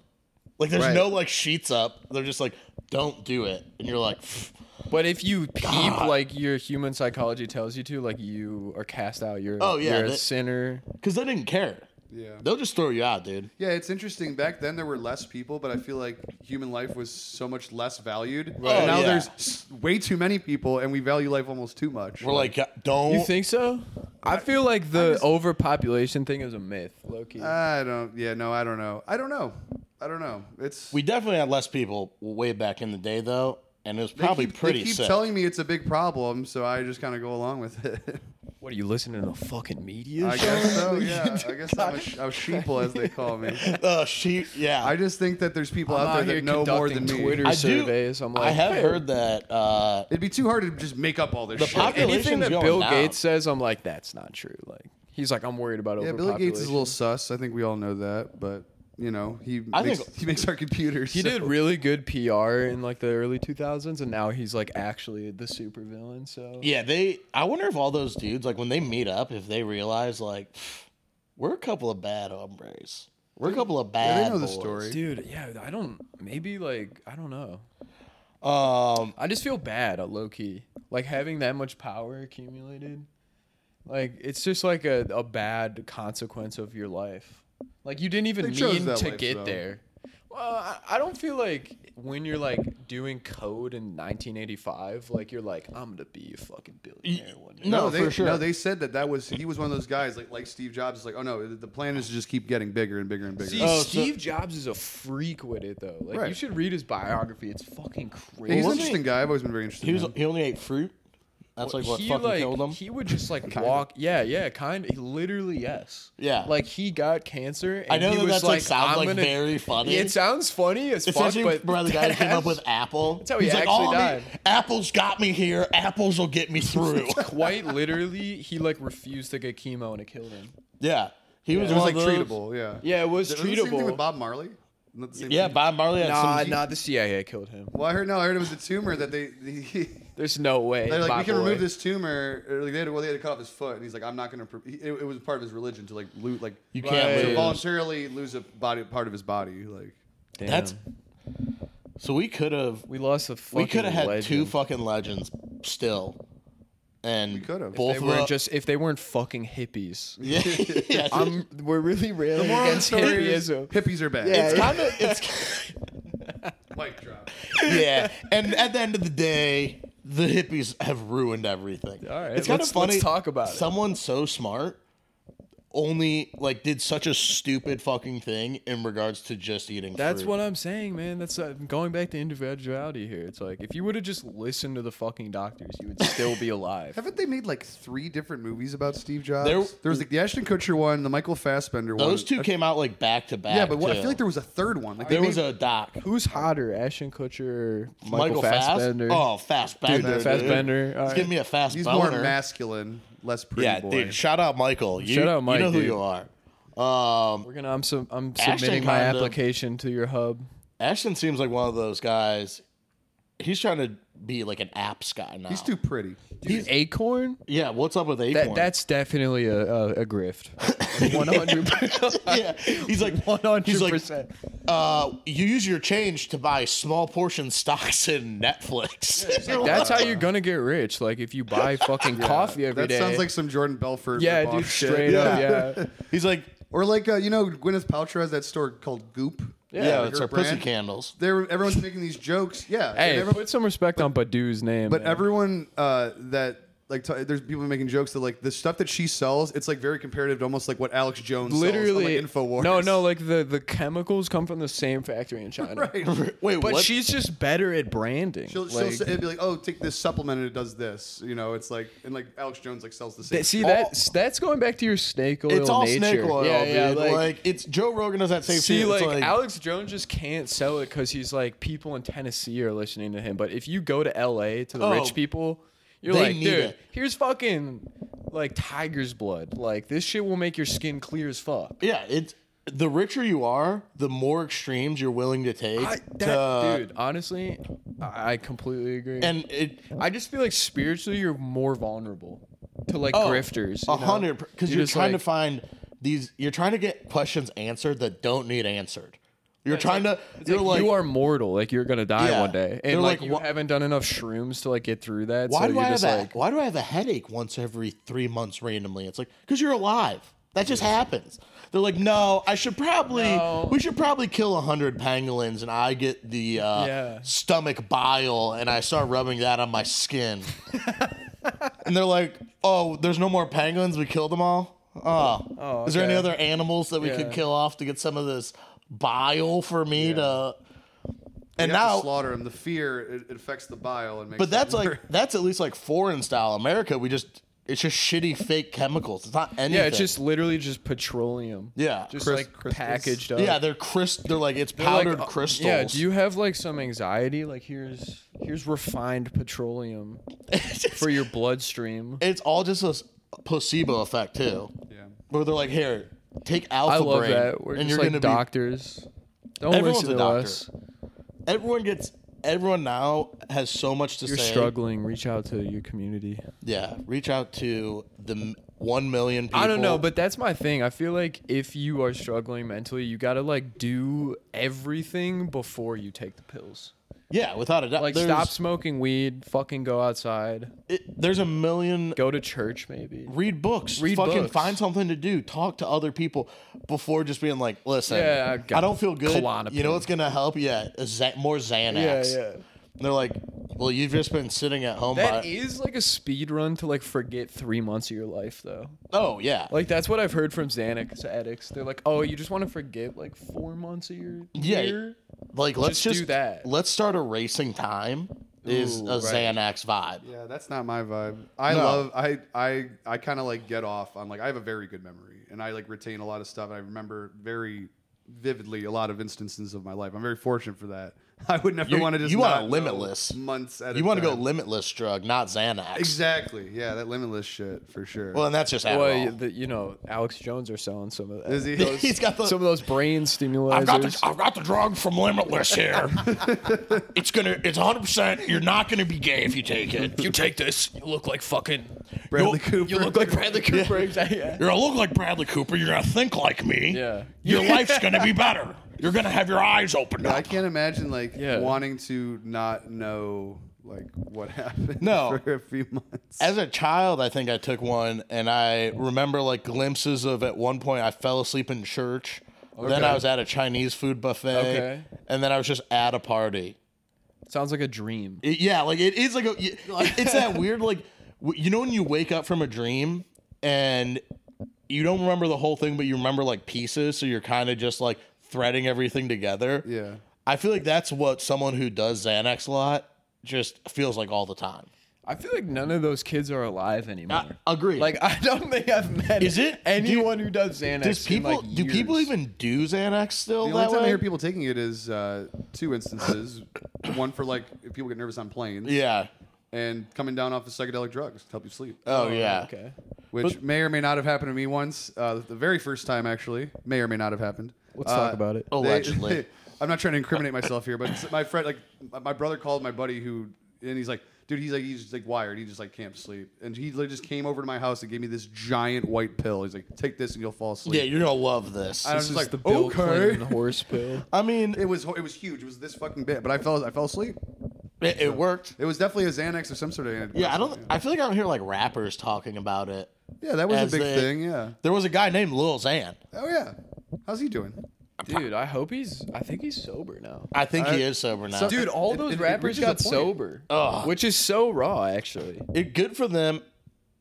Speaker 1: Like there's
Speaker 2: Right.
Speaker 1: no like sheets up. They're just like, don't do it, and you're like, "Pff,
Speaker 3: But if you peep like your human psychology tells you to, like you are cast out. You're
Speaker 1: Oh, yeah,
Speaker 3: you're a
Speaker 1: that-
Speaker 3: sinner.
Speaker 1: because they didn't care.
Speaker 2: Yeah.
Speaker 1: They'll just throw you out, dude.
Speaker 2: Yeah, it's interesting. Back then, there were less people, but I feel like human life was so much less valued.
Speaker 1: Right. Oh,
Speaker 2: And now
Speaker 1: yeah.
Speaker 2: there's s- way too many people, and we value life almost too much.
Speaker 1: We're like, don't.
Speaker 3: You think so? I feel like the overpopulation thing is a myth, Loki.
Speaker 2: I don't. Yeah, no, I don't know. I don't know. I don't know. It's
Speaker 1: we definitely had less people way back in the day though, and it was
Speaker 2: they
Speaker 1: probably
Speaker 2: keep, they
Speaker 1: pretty
Speaker 2: keep
Speaker 1: sick.
Speaker 2: telling me it's a big problem, so I just kind of go along with it.
Speaker 3: what are you listening to the fucking media?
Speaker 2: I
Speaker 3: Sean?
Speaker 2: guess so. Yeah, I guess I'm a, sh- a sheeple as they call me.
Speaker 1: Uh, she, yeah.
Speaker 2: I just think that there's people
Speaker 3: I'm
Speaker 2: out
Speaker 3: out here
Speaker 2: there that know more than
Speaker 3: conducting
Speaker 2: me.
Speaker 3: Twitter
Speaker 1: I do-
Speaker 3: surveys. I'm like,
Speaker 1: I have
Speaker 3: "Hey,
Speaker 1: heard that. Uh,
Speaker 2: It'd be too hard to just make up all this shit.
Speaker 1: popul-
Speaker 3: anything
Speaker 1: Population's
Speaker 3: that
Speaker 1: going
Speaker 3: Bill
Speaker 1: down.
Speaker 3: Gates says, I'm like, that's not true. Like, he's like, I'm worried about
Speaker 2: yeah, Bill
Speaker 3: overpopulation.
Speaker 2: Gates is a little sus. I think we all know that, but you know he
Speaker 1: I
Speaker 2: makes,
Speaker 1: think-
Speaker 2: he makes our computers.
Speaker 3: He
Speaker 2: so-
Speaker 3: did really good PR in like the early 2000s, and now he's like actually the supervillain. So
Speaker 1: Yeah, they. I wonder if all those dudes, like when they meet up, if they realize, like, "Pff, we're a couple of bad hombres. We're a couple of bad.
Speaker 2: Yeah, they know the
Speaker 1: boys."
Speaker 2: story.
Speaker 3: dude, yeah, I don't. Maybe like I don't know.
Speaker 1: Um,
Speaker 3: I just feel bad, low key, like having that much power accumulated. Like it's just like a, a bad consequence of your life. Like you didn't even
Speaker 2: They chose
Speaker 3: mean
Speaker 2: that
Speaker 3: to
Speaker 2: life,
Speaker 3: get
Speaker 2: though.
Speaker 3: there. Well, I- I don't feel like when you're like doing code in 1985, like you're like I'm gonna be a fucking billionaire one day.
Speaker 1: No,
Speaker 2: they,
Speaker 1: for sure.
Speaker 2: No, they said that that was he was one of those guys like like Steve Jobs. is like, oh no, the plan is to just keep getting bigger and bigger and bigger.
Speaker 3: See,
Speaker 1: Oh, so-
Speaker 3: Steve Jobs is a freak with it though. Like you
Speaker 2: Right.
Speaker 3: should read his biography. It's fucking crazy.
Speaker 2: Yeah,
Speaker 1: Well,
Speaker 2: he's an
Speaker 1: wasn't
Speaker 2: interesting guy. I've always been very interested.
Speaker 1: He was
Speaker 2: in him.
Speaker 1: he only ate fruit. That's like what
Speaker 3: he,
Speaker 1: fucking
Speaker 3: like,
Speaker 1: killed him.
Speaker 3: He would just like walk. Yeah, yeah, kind. Of, literally, yes.
Speaker 1: Yeah.
Speaker 3: Like he got cancer. And
Speaker 1: I know
Speaker 3: he
Speaker 1: that
Speaker 3: was
Speaker 1: that's
Speaker 3: like,
Speaker 1: like sounds
Speaker 3: I'm
Speaker 1: like
Speaker 3: gonna-
Speaker 1: very funny.
Speaker 3: It sounds funny as fuck,
Speaker 1: Especially
Speaker 3: but
Speaker 1: by the guy who
Speaker 3: that
Speaker 1: came up
Speaker 3: has-
Speaker 1: with Apple. That's
Speaker 3: how he actually died."
Speaker 1: Apple's got me here. Apples will get me through.
Speaker 3: quite literally, he like refused to get chemo and it killed him.
Speaker 1: yeah, he was,
Speaker 2: It was
Speaker 1: one
Speaker 2: like
Speaker 1: of those-
Speaker 2: treatable. Yeah.
Speaker 3: Yeah, it was
Speaker 2: Isn't it the Same thing
Speaker 3: treatable.
Speaker 2: with Bob Marley. Not the same
Speaker 1: Yeah,
Speaker 2: thing?
Speaker 1: Bob Marley had
Speaker 3: Nah,
Speaker 1: some.
Speaker 3: nah, the CIA killed him.
Speaker 2: Well, I heard no. I heard it was a tumor that they.
Speaker 3: There's no way.
Speaker 2: They're like,
Speaker 3: my
Speaker 2: we can
Speaker 3: boy."
Speaker 2: remove this tumor. Or like they had, well, they had to cut off his foot, and he's like, I'm not gonna. Pr- he, it, it was part of his religion to like loot, like
Speaker 1: You
Speaker 3: Right.
Speaker 1: can't
Speaker 2: to
Speaker 1: lose.
Speaker 2: voluntarily lose a body, part of his body. Like,
Speaker 3: Damn.
Speaker 1: That's so we could have
Speaker 3: we lost a. Fucking
Speaker 1: we could have had two
Speaker 3: legend.
Speaker 1: fucking legends still, and we
Speaker 2: could've. If
Speaker 1: both
Speaker 3: They
Speaker 1: of
Speaker 3: weren't
Speaker 1: us-
Speaker 3: just if they weren't fucking hippies.
Speaker 1: yeah, yeah.
Speaker 3: I'm, we're really railing
Speaker 2: Moral of the
Speaker 3: against
Speaker 2: story is
Speaker 3: hippieism.
Speaker 2: hippies are bad.
Speaker 3: Yeah.
Speaker 1: it's kind of it's
Speaker 2: Mic drop.
Speaker 1: yeah. And at the end of the day, the hippies have ruined everything.
Speaker 3: All right,
Speaker 1: it's kind
Speaker 3: let's-
Speaker 1: of funny.
Speaker 3: let's talk about it.
Speaker 1: someone so smart only like did such a stupid fucking thing in regards to just eating.
Speaker 3: That's
Speaker 1: fruit.
Speaker 3: what I'm saying, man. That's uh, going back to individuality here. It's like if you would have just listened to the fucking doctors, you would still be alive.
Speaker 2: Haven't they made like three different movies about Steve Jobs?
Speaker 1: There-
Speaker 2: There, was like the Ashton Kutcher one, the Michael Fassbender one.
Speaker 1: Those two came out like back to back.
Speaker 2: Yeah, but what, I
Speaker 1: too.
Speaker 2: feel like there was a third one. Like they
Speaker 1: there was
Speaker 2: made-
Speaker 1: a doc.
Speaker 3: Who's hotter, Ashton Kutcher, or
Speaker 1: Michael,
Speaker 3: Michael
Speaker 1: Fassbender.
Speaker 3: Fassbender?
Speaker 1: Oh, Fassbender.
Speaker 3: Dude,
Speaker 1: Dude,
Speaker 3: Fassbender, all
Speaker 1: He's
Speaker 3: right.
Speaker 1: giving me a fast
Speaker 2: he's
Speaker 1: boner.
Speaker 2: more masculine, less pretty
Speaker 1: yeah,
Speaker 2: boy.
Speaker 1: dude. Shout out Michael. You,
Speaker 3: Shout out Mike,
Speaker 1: You know who
Speaker 3: dude.
Speaker 1: you are. Um,
Speaker 3: We're gonna. I'm. Sub, I'm
Speaker 1: Ashton
Speaker 3: submitting my
Speaker 1: kind of-
Speaker 3: application to your hub.
Speaker 1: Ashton seems like one of those guys. He's trying to be like an apps guy now.
Speaker 2: he's too pretty.
Speaker 3: He's Acorn.
Speaker 1: Yeah, what's up with Acorn?
Speaker 3: That, that's definitely a, a, a grift. One hundred.
Speaker 1: yeah. He's like
Speaker 3: One hundred
Speaker 1: He's like,
Speaker 3: percent.
Speaker 1: uh, you use your change to buy small portion stocks in Netflix.
Speaker 3: That's how you're gonna get rich. Like if you buy fucking coffee every
Speaker 2: That
Speaker 3: day.
Speaker 2: sounds like some Jordan Belfort.
Speaker 3: yeah,
Speaker 2: ripoff
Speaker 3: dude.
Speaker 2: shit.
Speaker 3: Straight up. Yeah.
Speaker 1: He's like,
Speaker 2: Or like uh, you know, Gwyneth Paltrow has that store called Goop.
Speaker 1: yeah,
Speaker 2: like
Speaker 1: it's
Speaker 2: her
Speaker 1: our pussy
Speaker 2: brand.
Speaker 1: candles.
Speaker 2: They were, everyone's making these jokes. Yeah. and
Speaker 3: Hey,
Speaker 2: everyone-
Speaker 3: put some respect on Badu's name.
Speaker 2: but
Speaker 3: man.
Speaker 2: everyone uh, that like t- there's people making jokes that like the stuff that she sells, it's like very comparative to almost like what Alex Jones
Speaker 3: literally
Speaker 2: sells on, like, Infowars.
Speaker 3: No, no, like the the chemicals come from the same factory in China.
Speaker 2: right.
Speaker 1: Wait,
Speaker 3: But
Speaker 1: what?
Speaker 3: she's just better at branding.
Speaker 2: She'll,
Speaker 3: like,
Speaker 2: she'll say, it'd be like, oh, take this supplement and it does this. You know, it's like and like Alex Jones like sells the same.
Speaker 3: that- see
Speaker 1: all-
Speaker 3: that's that's going back to your snake oil.
Speaker 1: it's all
Speaker 3: nature.
Speaker 1: snake oil,
Speaker 3: yeah,
Speaker 1: dude.
Speaker 3: yeah,
Speaker 1: like, it's Joe Rogan does that same
Speaker 3: See,
Speaker 1: shit.
Speaker 3: like,
Speaker 1: It's like
Speaker 3: Alex Jones just can't sell it because he's like people in Tennessee are listening to him. But if you go to L.A. to the
Speaker 1: Oh.
Speaker 3: rich people, you're
Speaker 1: They
Speaker 3: like,
Speaker 1: need
Speaker 3: dude,
Speaker 1: it."
Speaker 3: here's fucking like tiger's blood. Like this shit will make your skin clear as fuck.
Speaker 1: yeah, it's the richer you are, the more extremes you're willing to take.
Speaker 3: I, that,
Speaker 1: to-
Speaker 3: dude, honestly, I I completely agree.
Speaker 1: and it
Speaker 3: I just feel like spiritually you're more vulnerable to like grifters.
Speaker 1: Oh, a
Speaker 3: you know?
Speaker 1: hundred because you're
Speaker 3: just
Speaker 1: trying
Speaker 3: like-
Speaker 1: to find these. You're trying to get questions answered that don't need answered. You're trying to. You're like,
Speaker 3: you are mortal. Like you're gonna die
Speaker 1: Yeah.
Speaker 3: one day,
Speaker 1: They're
Speaker 3: and like,
Speaker 1: like,
Speaker 3: you
Speaker 1: "Wha-
Speaker 3: haven't done enough shrooms to like get through that.
Speaker 1: Why
Speaker 3: so
Speaker 1: do
Speaker 3: you're
Speaker 1: I have
Speaker 3: just
Speaker 1: a,
Speaker 3: like,
Speaker 1: Why do I have a headache once every three months randomly? It's like because you're alive. That just happens. They're like, no, I should probably,
Speaker 3: No.
Speaker 1: we should probably kill a hundred pangolins, and I get the uh,
Speaker 3: Yeah.
Speaker 1: stomach bile, and I start rubbing that on my skin. and they're like, oh, there's no more pangolins. We killed them all. Oh,
Speaker 3: Oh,
Speaker 1: is there any
Speaker 3: okay.
Speaker 1: other animals that we
Speaker 3: Yeah.
Speaker 1: could kill off to get some of this bile for me to? And
Speaker 2: You have to
Speaker 1: now
Speaker 2: slaughter him. The fear it, it affects the bile and makes.
Speaker 1: but
Speaker 2: it
Speaker 1: that's
Speaker 2: worse.
Speaker 1: like that's at least like foreign style America. We just it's just shitty fake chemicals. It's not anything.
Speaker 3: yeah, it's just literally just petroleum.
Speaker 1: yeah,
Speaker 3: just
Speaker 2: Crys-
Speaker 3: like
Speaker 2: crystals.
Speaker 3: packaged up.
Speaker 1: yeah. They're crisp. They're like it's
Speaker 3: They're like,
Speaker 1: powdered
Speaker 3: uh,
Speaker 1: crystals.
Speaker 3: Yeah, do you have like some anxiety? Like here's here's refined petroleum for your bloodstream.
Speaker 1: it's all just a s- placebo effect too.
Speaker 2: Yeah.
Speaker 1: Where they're like, here, take
Speaker 3: I
Speaker 1: alpha
Speaker 3: love
Speaker 1: brain,
Speaker 3: that. We're
Speaker 1: and
Speaker 3: just
Speaker 1: you're
Speaker 3: like
Speaker 1: gonna
Speaker 3: doctors. Don't
Speaker 1: Everyone's
Speaker 3: listen
Speaker 1: a
Speaker 3: to
Speaker 1: doctor.
Speaker 3: us.
Speaker 1: be. Everyone gets. Everyone now has so much to
Speaker 3: You're
Speaker 1: say.
Speaker 3: struggling. Reach out to your community.
Speaker 1: Yeah, reach out to the m- one million people.
Speaker 3: I don't know, but that's my thing. I feel like if you are struggling mentally, you gotta like do everything before you take the pills.
Speaker 1: Yeah, without a doubt.
Speaker 3: Like,
Speaker 1: there's,
Speaker 3: stop smoking weed. Fucking go outside.
Speaker 1: it- there's a million.
Speaker 3: Go to church, maybe.
Speaker 1: Read books.
Speaker 3: Read
Speaker 1: Fucking
Speaker 3: books.
Speaker 1: find something to do. Talk to other people before just being like, listen,
Speaker 3: Yeah, I got
Speaker 1: I don't feel good.
Speaker 3: Klonopin.
Speaker 1: You know what's going to help? Yeah, a Xa- more Xanax. And they're like, well, you've just been sitting at home.
Speaker 3: That e-,
Speaker 1: by-
Speaker 3: is like a speed run to like forget three months of your life, though.
Speaker 1: oh, yeah.
Speaker 3: Like that's what I've heard from Xanax addicts. They're like, oh, you just want to forget like four months of your
Speaker 1: Yeah.
Speaker 3: year.
Speaker 1: Like let's
Speaker 3: Just
Speaker 1: just
Speaker 3: do that.
Speaker 1: Let's start erasing time. Is
Speaker 3: Ooh,
Speaker 1: a
Speaker 3: right.
Speaker 1: Xanax vibe.
Speaker 2: Yeah, that's not my vibe. I
Speaker 1: No.
Speaker 2: love I I I kind of like get off on like I have a very good memory and I like retain a lot of stuff. I remember very vividly a lot of instances of my life. I'm very fortunate for that. I would never
Speaker 1: You-
Speaker 2: want to just
Speaker 1: you want a
Speaker 2: not know
Speaker 1: limitless.
Speaker 2: months at a
Speaker 1: You want to go
Speaker 2: time.
Speaker 1: limitless drug, not Xanax.
Speaker 2: exactly. Yeah, that limitless shit for sure.
Speaker 1: Well, and that's just Adderall.
Speaker 3: Well, you, the, you know, Alex Jones are selling some of that.
Speaker 2: Is he-
Speaker 1: He's got the.
Speaker 3: some of those brain stimuli.
Speaker 1: I've got the I've got the drug from Limitless here. it's gonna it's 100. percent You're not gonna be gay if you take it. If you take this, you look like fucking
Speaker 2: Bradley
Speaker 1: you
Speaker 2: Cooper.
Speaker 3: you look like Bradley Cooper. exactly, Yeah.
Speaker 1: You're gonna look like Bradley Cooper. You're gonna think like me.
Speaker 3: Yeah.
Speaker 1: Your life's gonna be better. You're gonna have your eyes opened
Speaker 2: I
Speaker 1: up.
Speaker 2: can't imagine like
Speaker 3: Yeah.
Speaker 2: wanting to not know like what happened
Speaker 1: No.
Speaker 2: for a few months.
Speaker 1: As a child, I think I took one, and I remember like glimpses of. At one point, I fell asleep in church. Then
Speaker 3: Okay.
Speaker 1: I was at a Chinese food buffet,
Speaker 3: Okay.
Speaker 1: and then I was just at a party.
Speaker 3: Sounds like a dream.
Speaker 1: It- yeah, like it is like a. y- It's that weird like w- you know when you wake up from a dream and you don't remember the whole thing, but you remember like pieces, so you're kind of just like threading everything together.
Speaker 2: yeah.
Speaker 1: I feel like that's what someone who does Xanax a lot just feels like all the time.
Speaker 3: I feel like none of those kids are alive anymore.
Speaker 1: agree.
Speaker 3: like I don't think I've met
Speaker 1: Is it-
Speaker 3: anyone who does Xanax.
Speaker 1: Does
Speaker 3: in,
Speaker 1: people
Speaker 3: like,
Speaker 1: do people
Speaker 3: years.
Speaker 1: even do Xanax still
Speaker 2: The
Speaker 1: that
Speaker 2: only time
Speaker 1: way?
Speaker 2: I hear people taking it is uh, two instances. One for like if people get nervous on planes.
Speaker 1: yeah.
Speaker 2: and coming down off of psychedelic drugs to help you sleep,
Speaker 1: Oh, yeah.
Speaker 3: Okay.
Speaker 2: which may or may not have happened to me once. Uh, the very first time, actually, may or may not have happened.
Speaker 3: Let's
Speaker 2: Uh,
Speaker 3: talk about it.
Speaker 1: Oh.
Speaker 2: they-
Speaker 1: Allegedly.
Speaker 2: I'm not trying to incriminate myself here, but it's- my friend, like my- my brother, called my buddy who, and he's like, dude, he's like, he's like wired. He just like can't sleep, and he like, just came over to my house and gave me this giant white pill. He's like, take this and you'll fall asleep.
Speaker 1: Yeah, you're gonna love this.
Speaker 2: I
Speaker 1: I,
Speaker 2: don't-
Speaker 3: This
Speaker 2: just
Speaker 3: is
Speaker 2: like,
Speaker 3: the Bill
Speaker 2: okay.
Speaker 3: Clinton horse pill.
Speaker 1: mean,
Speaker 2: It was it was huge. It was this fucking bit, but I fell I fell asleep.
Speaker 1: it, it worked.
Speaker 2: It was definitely a Xanax or some sort of antidepressant.
Speaker 1: Yeah, I don't. I feel like I don't hear like rappers talking about it.
Speaker 2: Yeah, that was a
Speaker 1: As
Speaker 2: big
Speaker 1: they-
Speaker 2: thing. Yeah.
Speaker 1: There was a guy named Lil Xan.
Speaker 2: Oh yeah. How's he doing?
Speaker 3: Dude, I hope he's. I think he's sober now.
Speaker 1: I think he is sober now.
Speaker 2: so-
Speaker 3: Dude, all
Speaker 2: It-
Speaker 3: those
Speaker 2: it- it
Speaker 3: rappers
Speaker 2: reaches a
Speaker 3: got
Speaker 2: point.
Speaker 3: sober,
Speaker 1: Ugh.
Speaker 3: which is so raw, actually.
Speaker 1: it, good for them,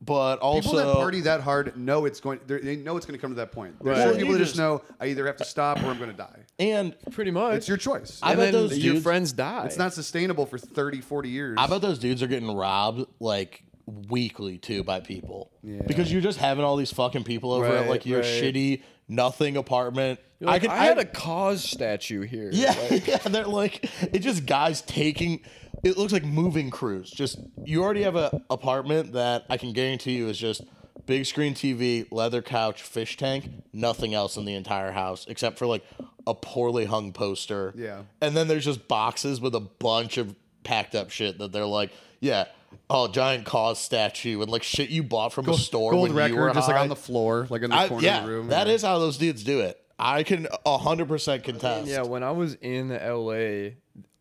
Speaker 1: but also
Speaker 2: People that party that hard know it's going. they're- They know it's going to come to that point. There's
Speaker 3: Right.
Speaker 2: certain
Speaker 3: Well,
Speaker 2: people
Speaker 1: you
Speaker 2: that just
Speaker 1: just-
Speaker 2: know I either have to stop or I'm going to die.
Speaker 1: and
Speaker 3: Pretty much.
Speaker 2: It's your choice.
Speaker 1: I
Speaker 3: and
Speaker 1: bet
Speaker 3: then
Speaker 1: those
Speaker 3: your
Speaker 1: dudes-
Speaker 3: friends die.
Speaker 2: it's not sustainable for 30, 40 years.
Speaker 1: I bet those dudes are getting robbed like weekly too by people
Speaker 2: Yeah.
Speaker 1: because you're just having all these fucking people over at
Speaker 3: Right,
Speaker 1: like your
Speaker 3: right.
Speaker 1: shitty nothing apartment.
Speaker 3: You're like, I,
Speaker 1: could-
Speaker 3: had a cause statue here.
Speaker 1: Yeah,
Speaker 3: Like,
Speaker 1: yeah, they're like it's just guys taking. It looks like moving crews. Just you already have a apartment that I can guarantee you is just big screen TV, leather couch, fish tank, nothing else in the entire house except for like a poorly hung poster.
Speaker 2: Yeah.
Speaker 1: and then there's just boxes with a bunch of packed up shit that they're like, yeah. Oh, giant cause statue and like shit you bought from a store
Speaker 2: gold
Speaker 1: when you were
Speaker 2: record just like
Speaker 1: high.
Speaker 2: on the floor, like in the
Speaker 1: I-
Speaker 2: corner
Speaker 1: yeah,
Speaker 2: of the room.
Speaker 1: that is how those dudes do it. I can hundred percent contest.
Speaker 3: yeah, when I was in LA,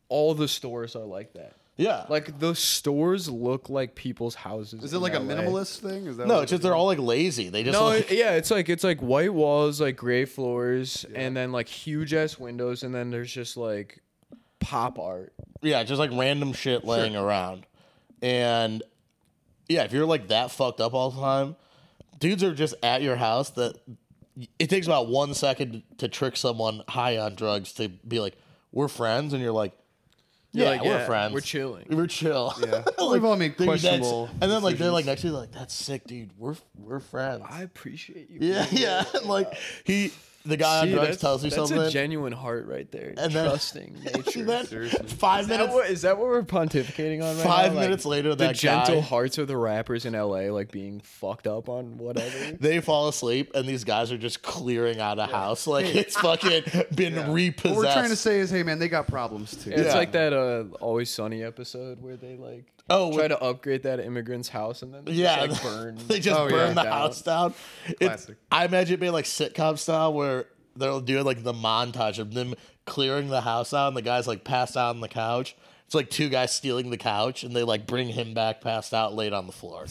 Speaker 3: all the stores are like that.
Speaker 1: yeah.
Speaker 3: Like the stores look like people's houses.
Speaker 2: Is it like a minimalist thing? Is that
Speaker 1: No,
Speaker 2: what
Speaker 1: it's
Speaker 2: it
Speaker 1: just they're all like lazy. They just
Speaker 3: No,
Speaker 1: like,
Speaker 3: it- yeah, it's like it's like white walls, like gray floors, and then like huge ass windows, and then there's just like pop art.
Speaker 1: yeah, just like random shit laying around. And yeah, if you're like that fucked up all the time, dudes are just at your house that it takes about one second to trick someone high on drugs to be like, we're friends. And you're like,
Speaker 3: You're
Speaker 1: yeah,
Speaker 3: like,
Speaker 1: we're
Speaker 3: yeah,
Speaker 1: friends.
Speaker 3: we're chilling."
Speaker 1: We're chill.
Speaker 2: Yeah. We've all made
Speaker 1: dude, that's-
Speaker 2: questionable
Speaker 1: And then like they're
Speaker 2: decisions.
Speaker 1: like next to you, like that's sick, dude. We're we're friends.
Speaker 3: I appreciate you.
Speaker 1: yeah,
Speaker 3: being here.
Speaker 1: yeah. like he, the guy
Speaker 3: See,
Speaker 1: on drugs
Speaker 3: that's-
Speaker 1: tells you
Speaker 3: that's
Speaker 1: something.
Speaker 3: a genuine heart right there.
Speaker 1: and then,
Speaker 3: trusting nature.
Speaker 1: and then
Speaker 2: Seriously.
Speaker 1: five
Speaker 3: is,
Speaker 1: minutes
Speaker 3: that what, is that what we're pontificating on right
Speaker 1: Five
Speaker 3: now? Like,
Speaker 1: minutes later,
Speaker 3: the
Speaker 1: that
Speaker 3: gentle
Speaker 1: guy-
Speaker 3: hearts of the rappers in LA, like being fucked up on whatever.
Speaker 1: they fall asleep and these guys are just clearing out a house like it's fucking been
Speaker 2: What
Speaker 1: repossessed.
Speaker 2: we're trying to say is, hey man, they got problems too.
Speaker 3: It's
Speaker 1: Yeah.
Speaker 3: like that uh, Always Sunny episode where they like
Speaker 1: Oh,
Speaker 3: try
Speaker 1: with-
Speaker 3: to upgrade that immigrant's house and then they
Speaker 1: yeah,
Speaker 3: just, like, burn.
Speaker 1: they just
Speaker 2: Oh,
Speaker 1: burn
Speaker 2: yeah.
Speaker 1: the house down. It's-
Speaker 2: Classic.
Speaker 1: I imagine it being like sitcom style where they'll do like the montage of them clearing the house out and the guy's like passed out on the couch. It's like two guys stealing the couch and they like bring him back passed out laid on the floor.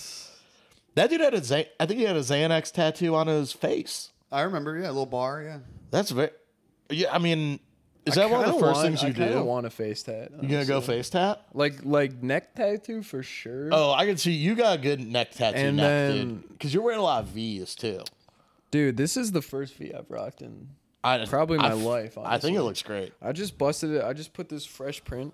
Speaker 1: That dude had a Xan- I think he had a Xanax tattoo on his face.
Speaker 4: I remember, yeah, a little bar, yeah.
Speaker 1: That's very Yeah, I mean, is that one of the
Speaker 3: Kinda
Speaker 1: first
Speaker 3: want-
Speaker 1: things you
Speaker 3: I kinda
Speaker 1: do?
Speaker 3: want a face tat.
Speaker 1: you gonna go face tap?
Speaker 3: Like like neck tattoo for sure.
Speaker 1: Oh, I can see you got a good neck tattoo
Speaker 3: And
Speaker 1: neck,
Speaker 3: then-
Speaker 1: dude. Because you're wearing a lot of V's too.
Speaker 3: Dude, this is the first V I've rocked in.
Speaker 1: I,
Speaker 3: Probably my
Speaker 1: I f-
Speaker 3: life,
Speaker 1: I think
Speaker 3: honestly.
Speaker 1: it looks great.
Speaker 3: I just busted it. I just put this fresh print.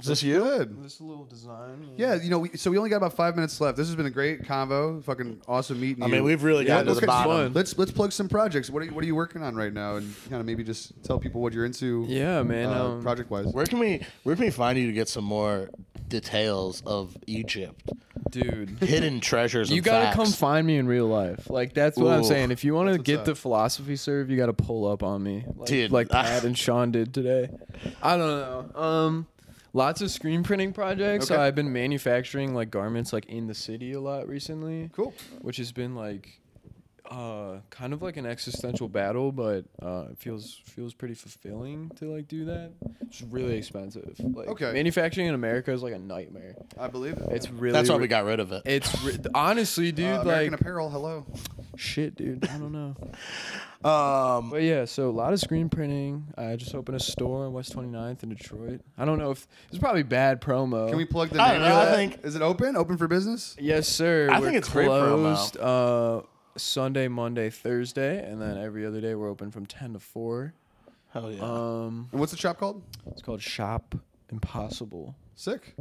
Speaker 1: Is this you?
Speaker 4: Good.
Speaker 3: This little design.
Speaker 4: Yeah, you know, we, so we only got about five minutes left. This has been a great convo. Fucking awesome meeting
Speaker 1: I
Speaker 4: you.
Speaker 1: mean, we've really gotten to
Speaker 4: let's
Speaker 1: the
Speaker 4: get-
Speaker 1: bottom.
Speaker 4: Let's let's plug some projects. What are you, what are you working on right now? And kind of maybe just tell people what you're into.
Speaker 3: Yeah, man.
Speaker 4: uh,
Speaker 3: um,
Speaker 4: project wise.
Speaker 1: Where can we where can we find you to get some more details of Egypt?
Speaker 3: dude.
Speaker 1: Hidden treasures.
Speaker 3: You
Speaker 1: and
Speaker 3: gotta
Speaker 1: facts.
Speaker 3: come find me in real life. Like that's what I'm
Speaker 1: Ooh,
Speaker 3: saying. If you want to
Speaker 4: what's
Speaker 3: get
Speaker 4: up.
Speaker 3: the philosophy serve, you gotta pull up on me, like,
Speaker 1: Dude,
Speaker 3: like
Speaker 1: I-
Speaker 3: Pat and Sean did today. I don't know. Um, lots of screen printing projects.
Speaker 4: Okay.
Speaker 3: I've been manufacturing like garments like in the city a lot recently.
Speaker 4: Cool.
Speaker 3: which has been like uh kind of like an existential battle but uh it feels feels pretty fulfilling to like do that it's really expensive like
Speaker 4: Okay.
Speaker 3: manufacturing in america is like a nightmare
Speaker 4: I believe it.
Speaker 3: it's really
Speaker 1: That's why
Speaker 3: re-
Speaker 1: we got rid of it.
Speaker 3: it's re- honestly dude
Speaker 4: Uh,
Speaker 3: like
Speaker 4: American Apparel. Hello.
Speaker 3: shit dude i don't know
Speaker 1: Um,
Speaker 3: but yeah so a lot of screen printing i just opened a store on west 29th in detroit i don't know if it's probably bad promo
Speaker 4: Can we plug the
Speaker 1: I
Speaker 4: name?
Speaker 1: don't know,
Speaker 4: of
Speaker 1: I
Speaker 4: that?
Speaker 1: think-
Speaker 4: is it open? Open for business?
Speaker 3: yes sir
Speaker 1: I
Speaker 3: We're
Speaker 1: think it's great promo.
Speaker 3: closed uh sunday monday thursday and then every other day we're open from 10 to 4
Speaker 1: hell yeah.
Speaker 3: um
Speaker 4: And what's the shop called?
Speaker 3: It's called Shop Impossible.
Speaker 4: Sick.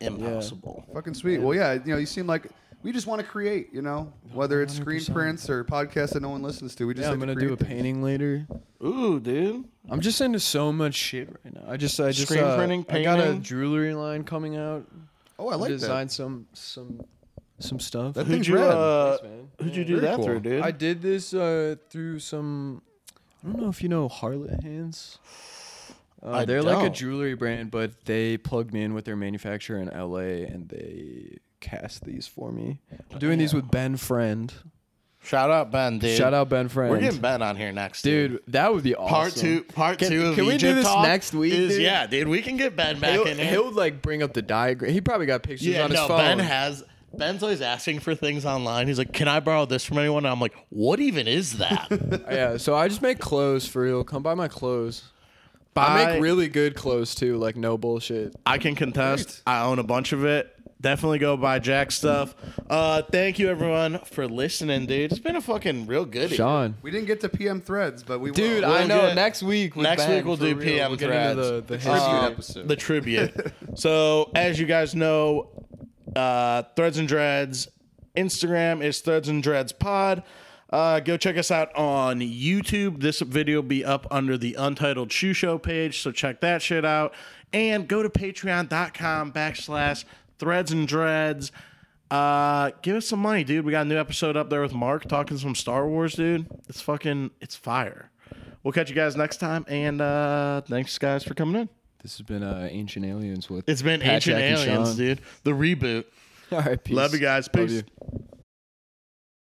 Speaker 1: Impossible.
Speaker 4: Fucking sweet. Well, yeah, you know, you seem like we just want to create. You know, whether it's screen
Speaker 3: 100%.
Speaker 4: prints or podcasts that no one listens to, we just
Speaker 3: Yeah, I'm
Speaker 4: like to
Speaker 3: gonna do a
Speaker 4: create things.
Speaker 3: painting later.
Speaker 1: Ooh, dude.
Speaker 3: I'm just into so much shit right now. I just, I just
Speaker 1: Screen
Speaker 3: uh,
Speaker 1: printing,
Speaker 3: I got a
Speaker 1: painting?
Speaker 3: jewelry line coming out.
Speaker 4: Oh, I like
Speaker 3: designed some, some, some stuff.
Speaker 4: That
Speaker 1: Who'd
Speaker 4: thing's
Speaker 1: you
Speaker 4: rad.
Speaker 1: uh,
Speaker 3: Thanks, man.
Speaker 1: who'd you do
Speaker 4: Very
Speaker 1: that
Speaker 4: cool.
Speaker 1: through, dude?
Speaker 3: I did this uh, through some. I don't know if you know Harlot Hands. Uh,
Speaker 1: I
Speaker 3: they're like a
Speaker 1: don't.
Speaker 3: jewelry brand, but they plugged me in with their manufacturer in LA, and they cast these for me. I'm doing these with Ben Friend.
Speaker 1: Shout out Ben, dude.
Speaker 3: Shout out Ben Friend.
Speaker 1: We're getting Ben on here next,
Speaker 3: Dude, that would be awesome.
Speaker 1: Part two. Part
Speaker 3: Can-
Speaker 1: two of
Speaker 3: can we do
Speaker 1: Egypt
Speaker 3: this
Speaker 1: talk
Speaker 3: next week,
Speaker 1: is-
Speaker 3: dude?
Speaker 1: Yeah, dude. We can get Ben back
Speaker 3: He'll,
Speaker 1: in here.
Speaker 3: he'll, like bring up the diagram. He probably got pictures
Speaker 1: Yeah,
Speaker 3: on his
Speaker 1: no,
Speaker 3: phone.
Speaker 1: Ben has. Ben's always asking for things online. He's like, "Can I borrow this from anyone?" And I'm like, "What even is that?"
Speaker 3: yeah, so I just make clothes for real. Come buy my clothes.
Speaker 1: Buy-
Speaker 3: I make really good clothes too, like no bullshit.
Speaker 1: I can contest. I own a bunch of it. Definitely go buy Jack stuff. Uh, thank you everyone for listening, dude. It's been a fucking real good.
Speaker 3: Sean.
Speaker 4: We didn't get to PM threads, but we
Speaker 3: Dude,
Speaker 4: will.
Speaker 1: We'll
Speaker 3: I know.
Speaker 1: get-
Speaker 3: Next week, with
Speaker 1: next
Speaker 3: Ben,
Speaker 1: week we'll
Speaker 3: for
Speaker 1: do
Speaker 3: real.
Speaker 1: PM
Speaker 3: we'll get into
Speaker 1: threads.
Speaker 3: the, the
Speaker 4: Tribute
Speaker 3: history.
Speaker 4: episode.
Speaker 1: Um, the tribute. so, as you guys know, uh, Threads and Dreads Instagram is Threads and Dreads Pod. Uh, go check us out on YouTube. This video will be up under the Untitled Shoe Show page, so check that shit out. And go to patreon.com backslash threads and dreads. Uh, give us some money, dude. We got a new episode up there with Mark talking some Star Wars, dude. It's fucking, it's fire. We'll catch you guys next time, and uh, thanks guys for coming in.
Speaker 3: This has been uh, Ancient Aliens with
Speaker 1: It's been
Speaker 3: Pat,
Speaker 1: Ancient
Speaker 3: Jack, and
Speaker 1: Aliens,
Speaker 3: Sean.
Speaker 1: dude. The reboot.
Speaker 3: All right, peace.
Speaker 1: Love you guys.
Speaker 3: Love
Speaker 1: Peace.
Speaker 3: you.